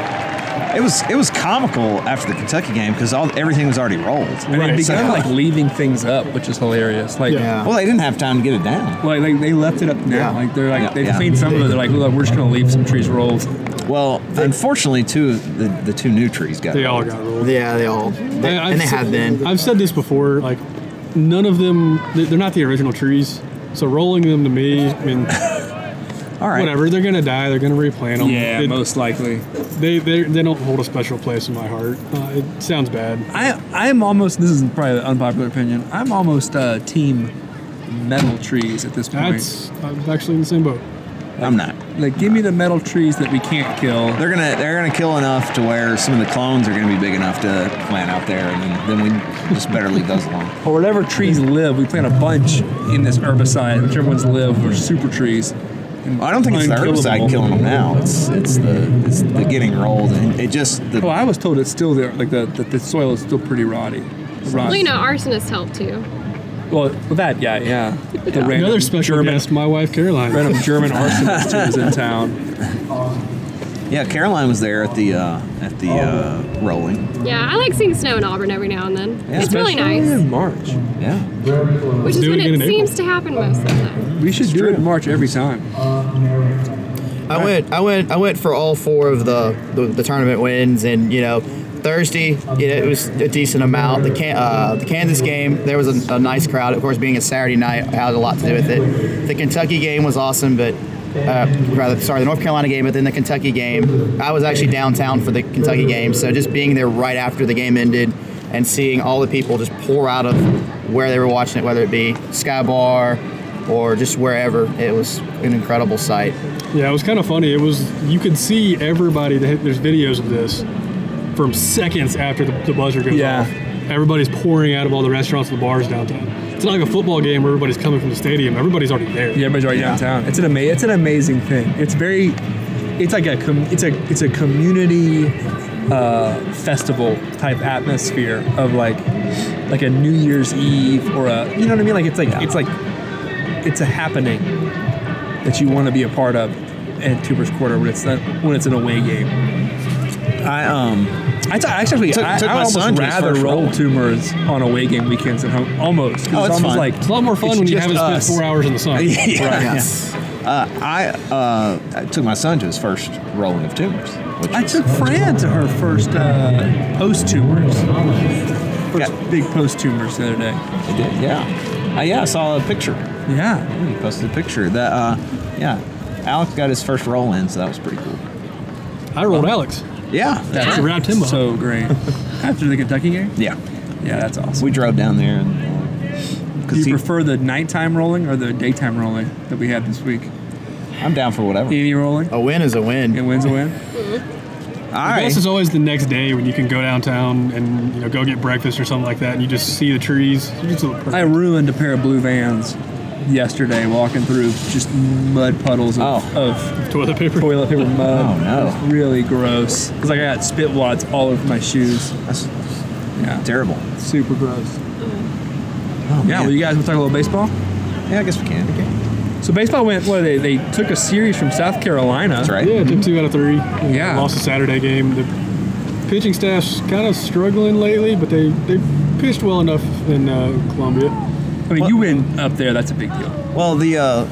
[SPEAKER 7] It was it was comical after the Kentucky game because all everything was already rolled.
[SPEAKER 6] And they
[SPEAKER 3] Right.
[SPEAKER 6] began
[SPEAKER 7] So-
[SPEAKER 6] like leaving things up, which is hilarious. Like,
[SPEAKER 10] Yeah.
[SPEAKER 7] Well, they didn't have time to get it down.
[SPEAKER 6] like, like they left it up now.
[SPEAKER 10] Yeah.
[SPEAKER 6] Like they're like
[SPEAKER 7] Yeah,
[SPEAKER 6] they've
[SPEAKER 7] yeah.
[SPEAKER 6] cleaned some of it. They're like, look, we're just gonna leave some trees rolled.
[SPEAKER 7] Well, unfortunately, two of the, the two new trees got
[SPEAKER 3] They all
[SPEAKER 7] rolled.
[SPEAKER 3] got rolled.
[SPEAKER 10] Yeah, they all. They,
[SPEAKER 3] I- I've
[SPEAKER 10] and they
[SPEAKER 3] said-
[SPEAKER 10] have been.
[SPEAKER 3] I've said this before. Like, none of them. they- They're not the original trees. So rolling them to me, I mean,
[SPEAKER 7] All right.
[SPEAKER 3] whatever. They're gonna die. They're gonna replant them.
[SPEAKER 6] Yeah,
[SPEAKER 3] It-
[SPEAKER 6] most likely.
[SPEAKER 3] they, they they don't hold a special place in my heart. Uh, it sounds bad.
[SPEAKER 6] I I'm almost this is probably an unpopular opinion. I'm almost uh, team metal trees at this point.
[SPEAKER 3] That's I'm actually in the same boat.
[SPEAKER 7] I'm not.
[SPEAKER 6] like give me the metal trees that we can't kill.
[SPEAKER 7] They're gonna they're gonna kill enough to where some of the clones are gonna be big enough to plant out there, and then, then we just better leave those alone.
[SPEAKER 6] Or whatever trees live, we plant a bunch in this herbicide, whichever ones live are super trees.
[SPEAKER 7] Well, I don't think it's the herbicide killing them now. It's it's the it's the getting rolled, and it just the
[SPEAKER 6] Well, I was told it's still there. Like the the, the soil is still pretty rotty.
[SPEAKER 11] Well, you
[SPEAKER 6] Rotty.
[SPEAKER 11] know, arsonists help too.
[SPEAKER 6] Well, well, that yeah, yeah. The random
[SPEAKER 3] Another special
[SPEAKER 6] German,
[SPEAKER 3] guest, my wife Caroline.
[SPEAKER 6] random German arsonist who was in town.
[SPEAKER 7] yeah. Caroline was there at the uh, at the uh, rolling.
[SPEAKER 11] Yeah, I like seeing snow in Auburn every now and then.
[SPEAKER 7] Yeah.
[SPEAKER 11] it's really
[SPEAKER 6] Especially
[SPEAKER 11] nice,
[SPEAKER 6] in March.
[SPEAKER 7] Yeah.
[SPEAKER 11] which is
[SPEAKER 3] Do it
[SPEAKER 11] when
[SPEAKER 3] again
[SPEAKER 11] it
[SPEAKER 3] in April.
[SPEAKER 11] seems to happen most of the time.
[SPEAKER 6] We should do it in March every time.
[SPEAKER 10] I went, I went, I went for all four of the, the, the tournament wins, and you know, Thursday, you know, it was a decent amount. The can, uh, the Kansas game, there was a, a nice crowd. Of course, being a Saturday night had a lot to do with it. The Kentucky game was awesome, but. Uh, rather, sorry, the North Carolina game, but then the Kentucky game. I was actually downtown for the Kentucky game, so just being there right after the game ended and seeing all the people just pour out of where they were watching it, whether it be Sky Bar, or just wherever. It was an incredible sight.
[SPEAKER 3] Yeah, it was kind of funny. It was you could see everybody. that- There's videos of this from seconds after the, the buzzer goes
[SPEAKER 6] Yeah.
[SPEAKER 3] off. Everybody's pouring out of all the restaurants and the bars downtown. It's not like a football game where everybody's coming from the stadium. Everybody's already there.
[SPEAKER 6] Yeah, everybody's already downtown. It's an ama- It's an amazing thing. It's very. It's like a. Com- it's a. It's a community uh, festival type atmosphere of like, like a New Year's Eve or a. You know what I mean? Like it's like it's like, it's a happening that you want to be a part of at Cooper's Quarter when it's not, when it's an away game.
[SPEAKER 7] I um.
[SPEAKER 6] I t- actually
[SPEAKER 7] Took-
[SPEAKER 6] I,
[SPEAKER 7] took
[SPEAKER 6] I
[SPEAKER 7] my
[SPEAKER 6] almost
[SPEAKER 7] son to his
[SPEAKER 6] rather
[SPEAKER 7] first
[SPEAKER 6] roll
[SPEAKER 7] roll.
[SPEAKER 6] tumors on away game weekends at home. Almost. 'cause
[SPEAKER 7] Oh,
[SPEAKER 6] it's,
[SPEAKER 7] it's
[SPEAKER 6] almost
[SPEAKER 7] fine.
[SPEAKER 6] like
[SPEAKER 7] It's a lot
[SPEAKER 3] more fun when you
[SPEAKER 6] just
[SPEAKER 3] haven't spent
[SPEAKER 6] us.
[SPEAKER 3] four hours in the sun.
[SPEAKER 6] Yeah.
[SPEAKER 3] Right.
[SPEAKER 7] Yes. Uh, I, uh, I took my son to his first rolling of tumors. Which
[SPEAKER 6] I took Fran to her first uh, post tumors. First big post tumors the other day.
[SPEAKER 7] I did, yeah. Uh, yeah, I saw a picture.
[SPEAKER 6] Yeah.
[SPEAKER 7] He posted a picture. That, uh, yeah. Alex got his first roll in, so that was pretty cool.
[SPEAKER 3] I rolled Alex.
[SPEAKER 7] Yeah.
[SPEAKER 6] That's
[SPEAKER 3] Yeah. Wrapped him up.
[SPEAKER 6] so great. After the Kentucky game?
[SPEAKER 7] Yeah.
[SPEAKER 6] Yeah, that's awesome.
[SPEAKER 7] We drove down there and.
[SPEAKER 6] Do you
[SPEAKER 7] he-
[SPEAKER 6] prefer the nighttime rolling or the daytime rolling that we had this week?
[SPEAKER 7] I'm down for whatever.
[SPEAKER 6] Any rolling?
[SPEAKER 10] A win is a win.
[SPEAKER 6] It wins a win.
[SPEAKER 7] All
[SPEAKER 3] The
[SPEAKER 7] right.
[SPEAKER 3] best is always the next day when you can go downtown and you know go get breakfast or something like that, and you just see the trees. You just look perfect.
[SPEAKER 6] I ruined a pair of blue vans yesterday walking through just mud puddles of, of
[SPEAKER 3] toilet paper.
[SPEAKER 6] Toilet paper mud.
[SPEAKER 7] Oh, no.
[SPEAKER 6] It was really gross. It's like I got spit wads all over my shoes.
[SPEAKER 7] That's
[SPEAKER 6] yeah.
[SPEAKER 7] terrible.
[SPEAKER 6] Super gross.
[SPEAKER 7] Oh,
[SPEAKER 6] yeah,
[SPEAKER 7] man.
[SPEAKER 6] well, you guys want to talk a little baseball?
[SPEAKER 7] yeah, I guess we can.
[SPEAKER 6] So baseball went. What they they took a series from South Carolina.
[SPEAKER 7] That's right.
[SPEAKER 3] Yeah, took two out of three.
[SPEAKER 6] Yeah.
[SPEAKER 3] Lost a Saturday game. The pitching staff's kind of struggling lately, but they, they pitched well enough in uh, Columbia.
[SPEAKER 6] I mean, you win up there. That's a big deal.
[SPEAKER 7] Well, the uh,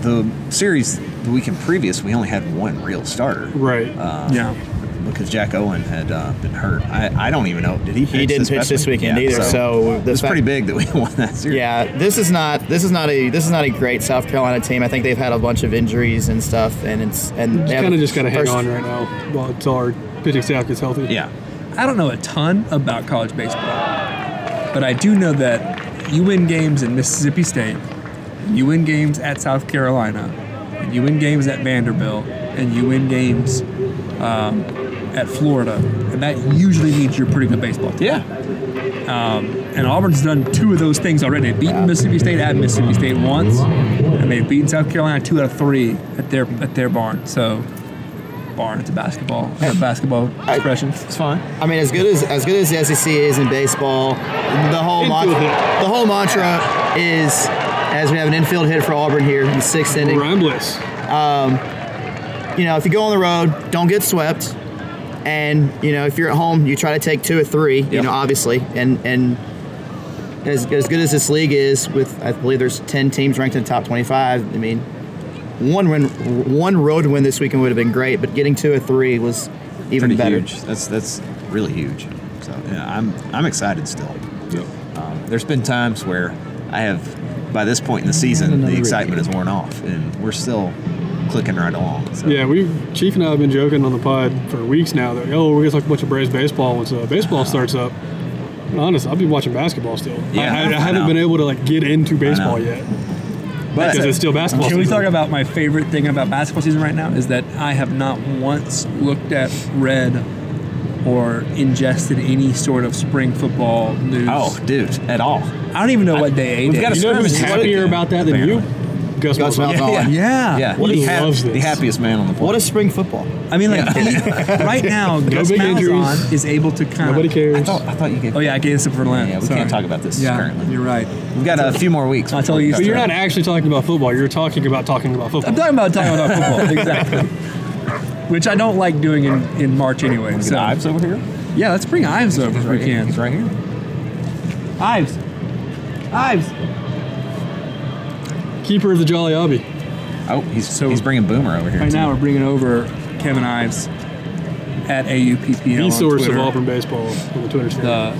[SPEAKER 7] the series the weekend previous, we only had one real starter
[SPEAKER 3] Right.
[SPEAKER 6] Yeah.
[SPEAKER 7] because Jack Owen had uh, been hurt. I, I don't even know. Did he?
[SPEAKER 10] He didn't pitch this weekend either, so
[SPEAKER 7] it
[SPEAKER 10] the
[SPEAKER 7] was
[SPEAKER 10] fact-
[SPEAKER 7] pretty big that we won that series.
[SPEAKER 10] Yeah, this is not this is not a this is not a great South Carolina team. I think they've had a bunch of injuries and stuff, and it's and
[SPEAKER 3] just
[SPEAKER 10] they have-
[SPEAKER 3] kind of just got to hang
[SPEAKER 10] first-
[SPEAKER 3] on right now while until our pitching staff gets healthy.
[SPEAKER 7] Yeah.
[SPEAKER 6] I don't know a ton about college baseball, but I do know that you win games in Mississippi State, you win games at South Carolina, and you win games at Vanderbilt, and you win games um, at Florida, and that usually means you're a pretty good baseball team. Um,
[SPEAKER 7] Yeah.
[SPEAKER 6] And Auburn's done two of those things already. They've beaten Mississippi State at Mississippi State once, and they've beaten South Carolina two out of three at their at their barn. So, barn. It's a basketball. It's a basketball expression.
[SPEAKER 7] It's fine.
[SPEAKER 10] I mean, as good as as good as the SEC is in baseball, the whole mantra, the whole mantra is as we have an infield hit for Auburn here in the sixth inning.
[SPEAKER 3] Rhymeless.
[SPEAKER 10] You know, if you go on the road, don't get swept, and you know if you're at home, you try to take two or three. You
[SPEAKER 7] Yeah.
[SPEAKER 10] know, obviously, and and as as good as this league is, with I believe there's ten teams ranked in the top twenty-five. I mean, one win, one road win this weekend would have been great, but getting two or three was even
[SPEAKER 7] Pretty
[SPEAKER 10] better.
[SPEAKER 7] huge. That's that's really huge. So yeah, I'm I'm excited still. Um, there's been times where I have by this point in the season the excitement has worn off and we're still clicking right along. So.
[SPEAKER 3] Yeah, we Chief and I have been joking on the pod for weeks now that oh we're gonna talk a bunch of Braves baseball once uh, baseball starts up. Honest, I've been watching basketball still.
[SPEAKER 7] Yeah,
[SPEAKER 3] I, I, I
[SPEAKER 7] I
[SPEAKER 3] haven't
[SPEAKER 7] know.
[SPEAKER 3] been able to like get into baseball
[SPEAKER 7] know.
[SPEAKER 3] yet
[SPEAKER 7] But
[SPEAKER 3] because it's still basketball.
[SPEAKER 6] Can we
[SPEAKER 3] season.
[SPEAKER 6] talk about my favorite thing about basketball season right now? Is that I have not once looked at, read, or ingested any sort of spring football news.
[SPEAKER 7] oh, dude, at all.
[SPEAKER 6] I don't even know what day
[SPEAKER 7] We've
[SPEAKER 6] it
[SPEAKER 7] got
[SPEAKER 6] is.
[SPEAKER 7] a
[SPEAKER 3] You know who's
[SPEAKER 7] Service is
[SPEAKER 3] happier
[SPEAKER 7] good.
[SPEAKER 3] about that than you? Gus,
[SPEAKER 10] Gus
[SPEAKER 3] Malzahn.
[SPEAKER 10] Malzahn.
[SPEAKER 7] Yeah.
[SPEAKER 6] Yeah.
[SPEAKER 7] Yeah,
[SPEAKER 3] What
[SPEAKER 7] he
[SPEAKER 3] a-
[SPEAKER 7] ha-
[SPEAKER 3] loves this.
[SPEAKER 7] the happiest man on the planet.
[SPEAKER 10] What is spring football?
[SPEAKER 6] I mean, like he- right now, Gus
[SPEAKER 3] big
[SPEAKER 6] Malzahn
[SPEAKER 3] injuries.
[SPEAKER 6] is able to kind
[SPEAKER 3] Nobody
[SPEAKER 6] of.
[SPEAKER 3] cares.
[SPEAKER 7] I thought I thought you gave.
[SPEAKER 6] Oh yeah, I gave this up for Lent.
[SPEAKER 7] Yeah, we
[SPEAKER 6] Sorry.
[SPEAKER 7] can't talk about this
[SPEAKER 6] Yeah,
[SPEAKER 7] currently.
[SPEAKER 6] you're right.
[SPEAKER 7] We've got a few more weeks.
[SPEAKER 6] I'll tell
[SPEAKER 7] before
[SPEAKER 6] you-
[SPEAKER 7] we
[SPEAKER 3] But
[SPEAKER 7] cut
[SPEAKER 3] you're
[SPEAKER 7] through.
[SPEAKER 3] not actually talking about football. You're talking about talking about football.
[SPEAKER 6] I'm talking about talking about football exactly, which I don't like doing in, in March anyway.
[SPEAKER 7] Is it
[SPEAKER 6] So
[SPEAKER 7] Ives over here?
[SPEAKER 6] yeah, let's bring Ives over if we
[SPEAKER 7] Right here.
[SPEAKER 6] can.
[SPEAKER 7] He's right here.
[SPEAKER 6] Ives, Ives.
[SPEAKER 3] Keeper of the Jolly Obby.
[SPEAKER 7] Oh, he's
[SPEAKER 6] So-
[SPEAKER 7] he's bringing Boomer over here.
[SPEAKER 6] Right
[SPEAKER 7] too.
[SPEAKER 6] now, we're bringing over Kevin Ives at AUPPL.
[SPEAKER 3] The
[SPEAKER 6] on
[SPEAKER 3] source of
[SPEAKER 6] Twitter.
[SPEAKER 3] Auburn baseball on the Twitter sphere.
[SPEAKER 6] The,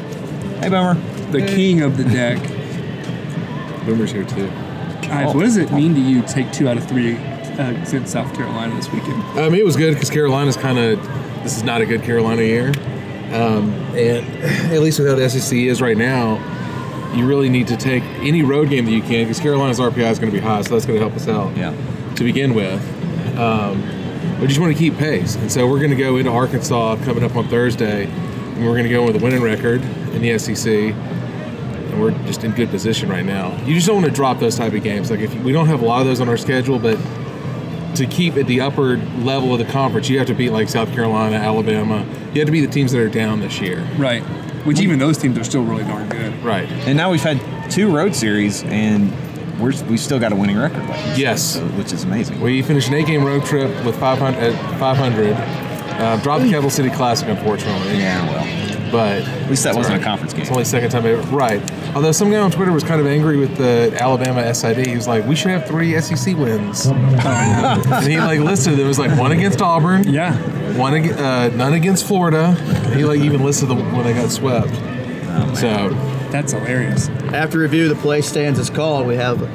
[SPEAKER 7] Hey, Boomer.
[SPEAKER 6] the king of the deck.
[SPEAKER 5] Boomer's here too.
[SPEAKER 6] Ives, what does it mean to you to take two out of three uh, against South Carolina this weekend?
[SPEAKER 5] I mean, it was good because Carolina's kind of this is not a good Carolina year, um, and at least with how the SEC is right now,
[SPEAKER 12] you really need to take any road game that you can because Carolina's RPI is going to be high, so that's going to help us out. Yeah. To begin with, um, we just want to keep pace, and so we're going to go into Arkansas coming up on Thursday, and we're going to go with a winning record in the SEC. And we're just in good position right now. You just don't want to drop those type of games. Like if we don't have a lot of those on our schedule, but to keep at the upper level of the conference, you have to beat like South Carolina, Alabama. You have to beat the teams that are down this year.
[SPEAKER 6] Right. Which even those teams are still really darn good.
[SPEAKER 12] Right.
[SPEAKER 7] And now we've had two road series, and we're we still got a winning record left.
[SPEAKER 12] Yes.
[SPEAKER 7] which is amazing.
[SPEAKER 12] We finished an eight-game road trip with 500. At 500. Uh, dropped the Capital City Classic, unfortunately.
[SPEAKER 7] Yeah, well.
[SPEAKER 12] But at
[SPEAKER 7] least that wasn't a conference game.
[SPEAKER 12] It's only second time ever. Right. Although some guy on Twitter was kind of angry with the Alabama SID. He was like, "We should have three SEC wins." and he like listed it was like one against Auburn.
[SPEAKER 6] Yeah.
[SPEAKER 12] One ag- uh, none against Florida. He like even listed the when they got swept. so
[SPEAKER 6] that's hilarious.
[SPEAKER 10] After review, the play stands is called. We have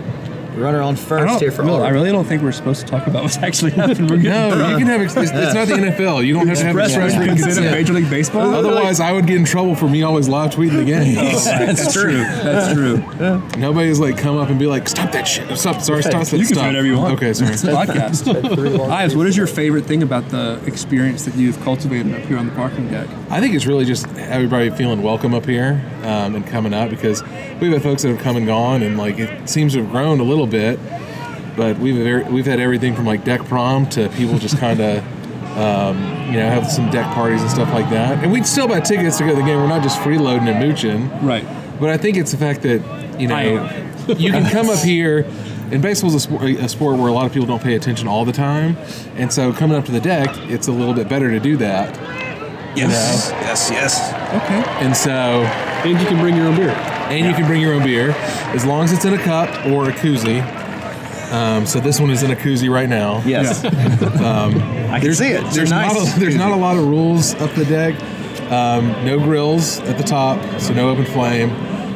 [SPEAKER 10] runner on
[SPEAKER 6] I
[SPEAKER 10] first
[SPEAKER 6] don't-
[SPEAKER 10] here for
[SPEAKER 6] no,
[SPEAKER 10] all.
[SPEAKER 6] I really don't think we're supposed to talk about what's actually happened. We're getting
[SPEAKER 12] No, you
[SPEAKER 6] burned.
[SPEAKER 12] can have. It's, it's not the NFL. You don't have to have
[SPEAKER 6] Express
[SPEAKER 12] express
[SPEAKER 6] entry
[SPEAKER 12] consent.
[SPEAKER 6] consent of Major League Baseball?
[SPEAKER 12] Otherwise, I would get in trouble for me always live tweeting the games.
[SPEAKER 6] Oh, that's true. That's true.
[SPEAKER 12] Nobody's like come up and be like, stop that shit. Stop. Sorry, stop. that
[SPEAKER 6] You can
[SPEAKER 12] stop.
[SPEAKER 6] do whatever you want.
[SPEAKER 12] Okay, sorry.
[SPEAKER 6] It's a podcast. Ives, what is your favorite thing about the experience that you've cultivated up here on the parking deck?
[SPEAKER 12] I think it's really just everybody feeling welcome up here um, and coming up because we've had folks that have come and gone, and like it seems to have grown a little bit. But we've ver- we've had everything from like deck prom to people just kind of. Um, you know, have some deck parties and stuff like that, and we'd still buy tickets to go to the game. We're not just freeloading and mooching,
[SPEAKER 6] right?
[SPEAKER 12] But I think it's the fact that you know you can come up here, and baseball's a sport, a sport where a lot of people don't pay attention all the time, and so coming up to the deck, it's a little bit better to do that.
[SPEAKER 7] Yes, yes, yes.
[SPEAKER 6] Okay.
[SPEAKER 12] And so. And
[SPEAKER 3] you can bring your own beer.
[SPEAKER 12] And you can bring your own beer, as long as it's in a cup or a koozie. Um, so this one is in a koozie right now.
[SPEAKER 7] Yes.
[SPEAKER 12] um,
[SPEAKER 7] I can
[SPEAKER 12] there's-
[SPEAKER 7] see it. It's a
[SPEAKER 12] There's,
[SPEAKER 7] nice
[SPEAKER 12] not a, there's not a lot of rules up the deck. Um, no grills at the top, so no open flame.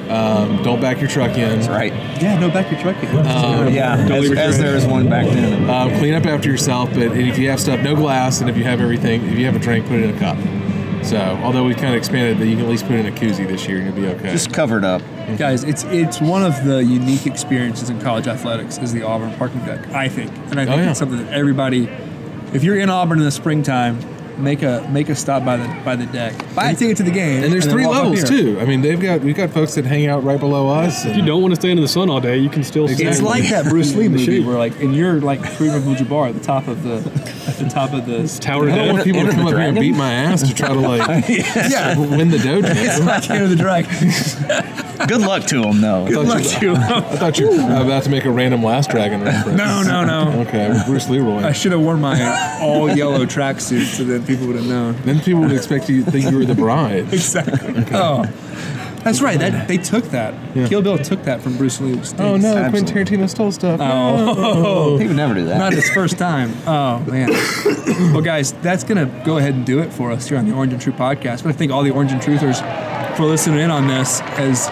[SPEAKER 12] Um, don't back your truck in. That's
[SPEAKER 7] right.
[SPEAKER 6] Yeah, no back your truck in.
[SPEAKER 12] Um,
[SPEAKER 7] as, as there is one back then.
[SPEAKER 12] um, clean up after yourself, but if you have stuff, no glass, and if you have everything, if you have a drink, put it in a cup. So, although we kind of expanded that, you can at least put it in a koozie this year, and you'll be okay.
[SPEAKER 7] Just covered up.
[SPEAKER 6] Guys, it's it's one of the unique experiences in college athletics is the Auburn parking deck, I think. And I think
[SPEAKER 12] Oh, yeah.
[SPEAKER 6] it's something that everybody if you're in Auburn in the springtime, make a make a stop by the by the deck. Buy a ticket to the game.
[SPEAKER 12] And there's
[SPEAKER 6] then
[SPEAKER 12] three
[SPEAKER 6] walk up
[SPEAKER 12] levels
[SPEAKER 6] here.
[SPEAKER 12] too. I mean, they've got we've got folks that hang out right below us.
[SPEAKER 3] If you don't want to stay in the sun all day, you can still. stay
[SPEAKER 6] It's
[SPEAKER 3] in
[SPEAKER 6] like
[SPEAKER 3] the-
[SPEAKER 6] that Bruce Lee
[SPEAKER 3] in the
[SPEAKER 6] movie
[SPEAKER 3] shade.
[SPEAKER 6] where like and you're like Kareem Abdul-Jabbar at the top of the at the top of the
[SPEAKER 12] I don't want people to come up here and beat my ass to try to like
[SPEAKER 6] Yeah.
[SPEAKER 12] win the dojo.
[SPEAKER 6] It's like Enter the Dragon.
[SPEAKER 7] Good luck to him, though.
[SPEAKER 12] I thought you- I thought you were about to make a random Last Dragon reference.
[SPEAKER 6] No, no, no.
[SPEAKER 12] Okay, Bruce Leroy.
[SPEAKER 6] I should have worn my all yellow tracksuit so then people would have known.
[SPEAKER 12] Then people would expect you think you were the bride.
[SPEAKER 6] Exactly. Oh, that's right. That they took that. Kill Bill took that from Bruce Lee.
[SPEAKER 12] Oh no, Quentin Tarantino stole stuff.
[SPEAKER 6] Oh,
[SPEAKER 12] No.
[SPEAKER 6] Not his first time. Oh man. well, guys, that's gonna go ahead and do it for us here on the Orange and True podcast. But I thank all the Orange and Truthers for listening in on this. As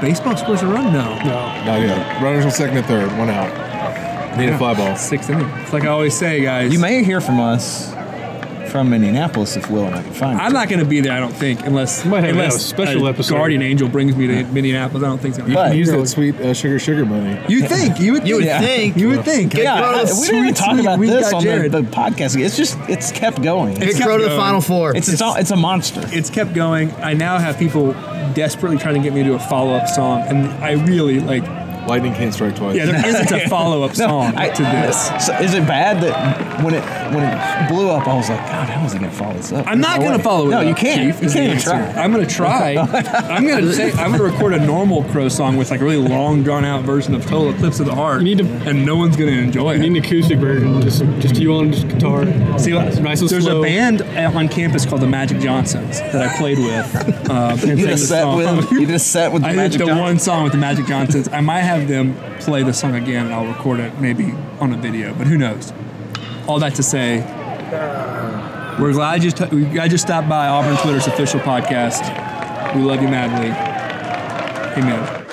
[SPEAKER 6] baseball scores a run now. No.
[SPEAKER 12] Not yet. Runners on second and third, one out. Need a fly ball.
[SPEAKER 6] Sixth inning. It's like I always say, guys.
[SPEAKER 7] You may hear from us from Indianapolis if Will and I can find
[SPEAKER 6] I'm not going to be there, I don't think, unless
[SPEAKER 7] Might have
[SPEAKER 6] unless
[SPEAKER 7] a special
[SPEAKER 6] a
[SPEAKER 7] episode.
[SPEAKER 6] Guardian Angel brings me to Minneapolis. I don't think so.
[SPEAKER 12] You can use that sweet uh, sugar sugar money.
[SPEAKER 6] You think? You would.
[SPEAKER 7] You would think.
[SPEAKER 6] You would think.
[SPEAKER 7] Yeah, I- we didn't even talk about
[SPEAKER 6] we've
[SPEAKER 7] this
[SPEAKER 6] got
[SPEAKER 7] on the,
[SPEAKER 6] Jared.
[SPEAKER 7] the podcast. It's just it's kept going.
[SPEAKER 6] It's kept going.
[SPEAKER 7] It's it's, all, it's a monster.
[SPEAKER 6] It's kept going. I now have people desperately trying to get me to do a follow up song, and I really like.
[SPEAKER 12] Lightning can't strike twice.
[SPEAKER 6] Yeah, there isn't a follow up
[SPEAKER 7] No,
[SPEAKER 6] song
[SPEAKER 7] I-
[SPEAKER 6] Oh, to this.
[SPEAKER 7] So is it bad that when it when it blew up, I was like, God, how was I gonna follow this up?
[SPEAKER 6] I'm not
[SPEAKER 7] No
[SPEAKER 6] going
[SPEAKER 7] way.
[SPEAKER 6] to follow it.
[SPEAKER 7] No,
[SPEAKER 6] up,
[SPEAKER 7] you can't.
[SPEAKER 6] Chief,
[SPEAKER 7] you
[SPEAKER 6] is the
[SPEAKER 7] can't even
[SPEAKER 6] answer.
[SPEAKER 7] try.
[SPEAKER 6] I'm going to try. I'm going to say I'm going to record a normal crow song with like a really long drawn out version of Total Eclipse of the Heart. You need to, and no one's going to enjoy it. You
[SPEAKER 3] need an acoustic version, just just you on just guitar.
[SPEAKER 6] See,
[SPEAKER 3] nice and
[SPEAKER 6] there's
[SPEAKER 3] slow.
[SPEAKER 6] a band at- on campus called the Magic Johnsons that I played with. Um,
[SPEAKER 7] You did a set with-
[SPEAKER 6] you
[SPEAKER 7] did a set with the
[SPEAKER 6] I
[SPEAKER 7] Magic
[SPEAKER 6] did the
[SPEAKER 7] Johnsons?
[SPEAKER 6] one song with the Magic Johnsons. I might have them play the song again, and I'll record it maybe on a video, but who knows? All that to say, we're glad you t- we glad you stopped by Auburn Twitter's official podcast. We love you madly. Amen.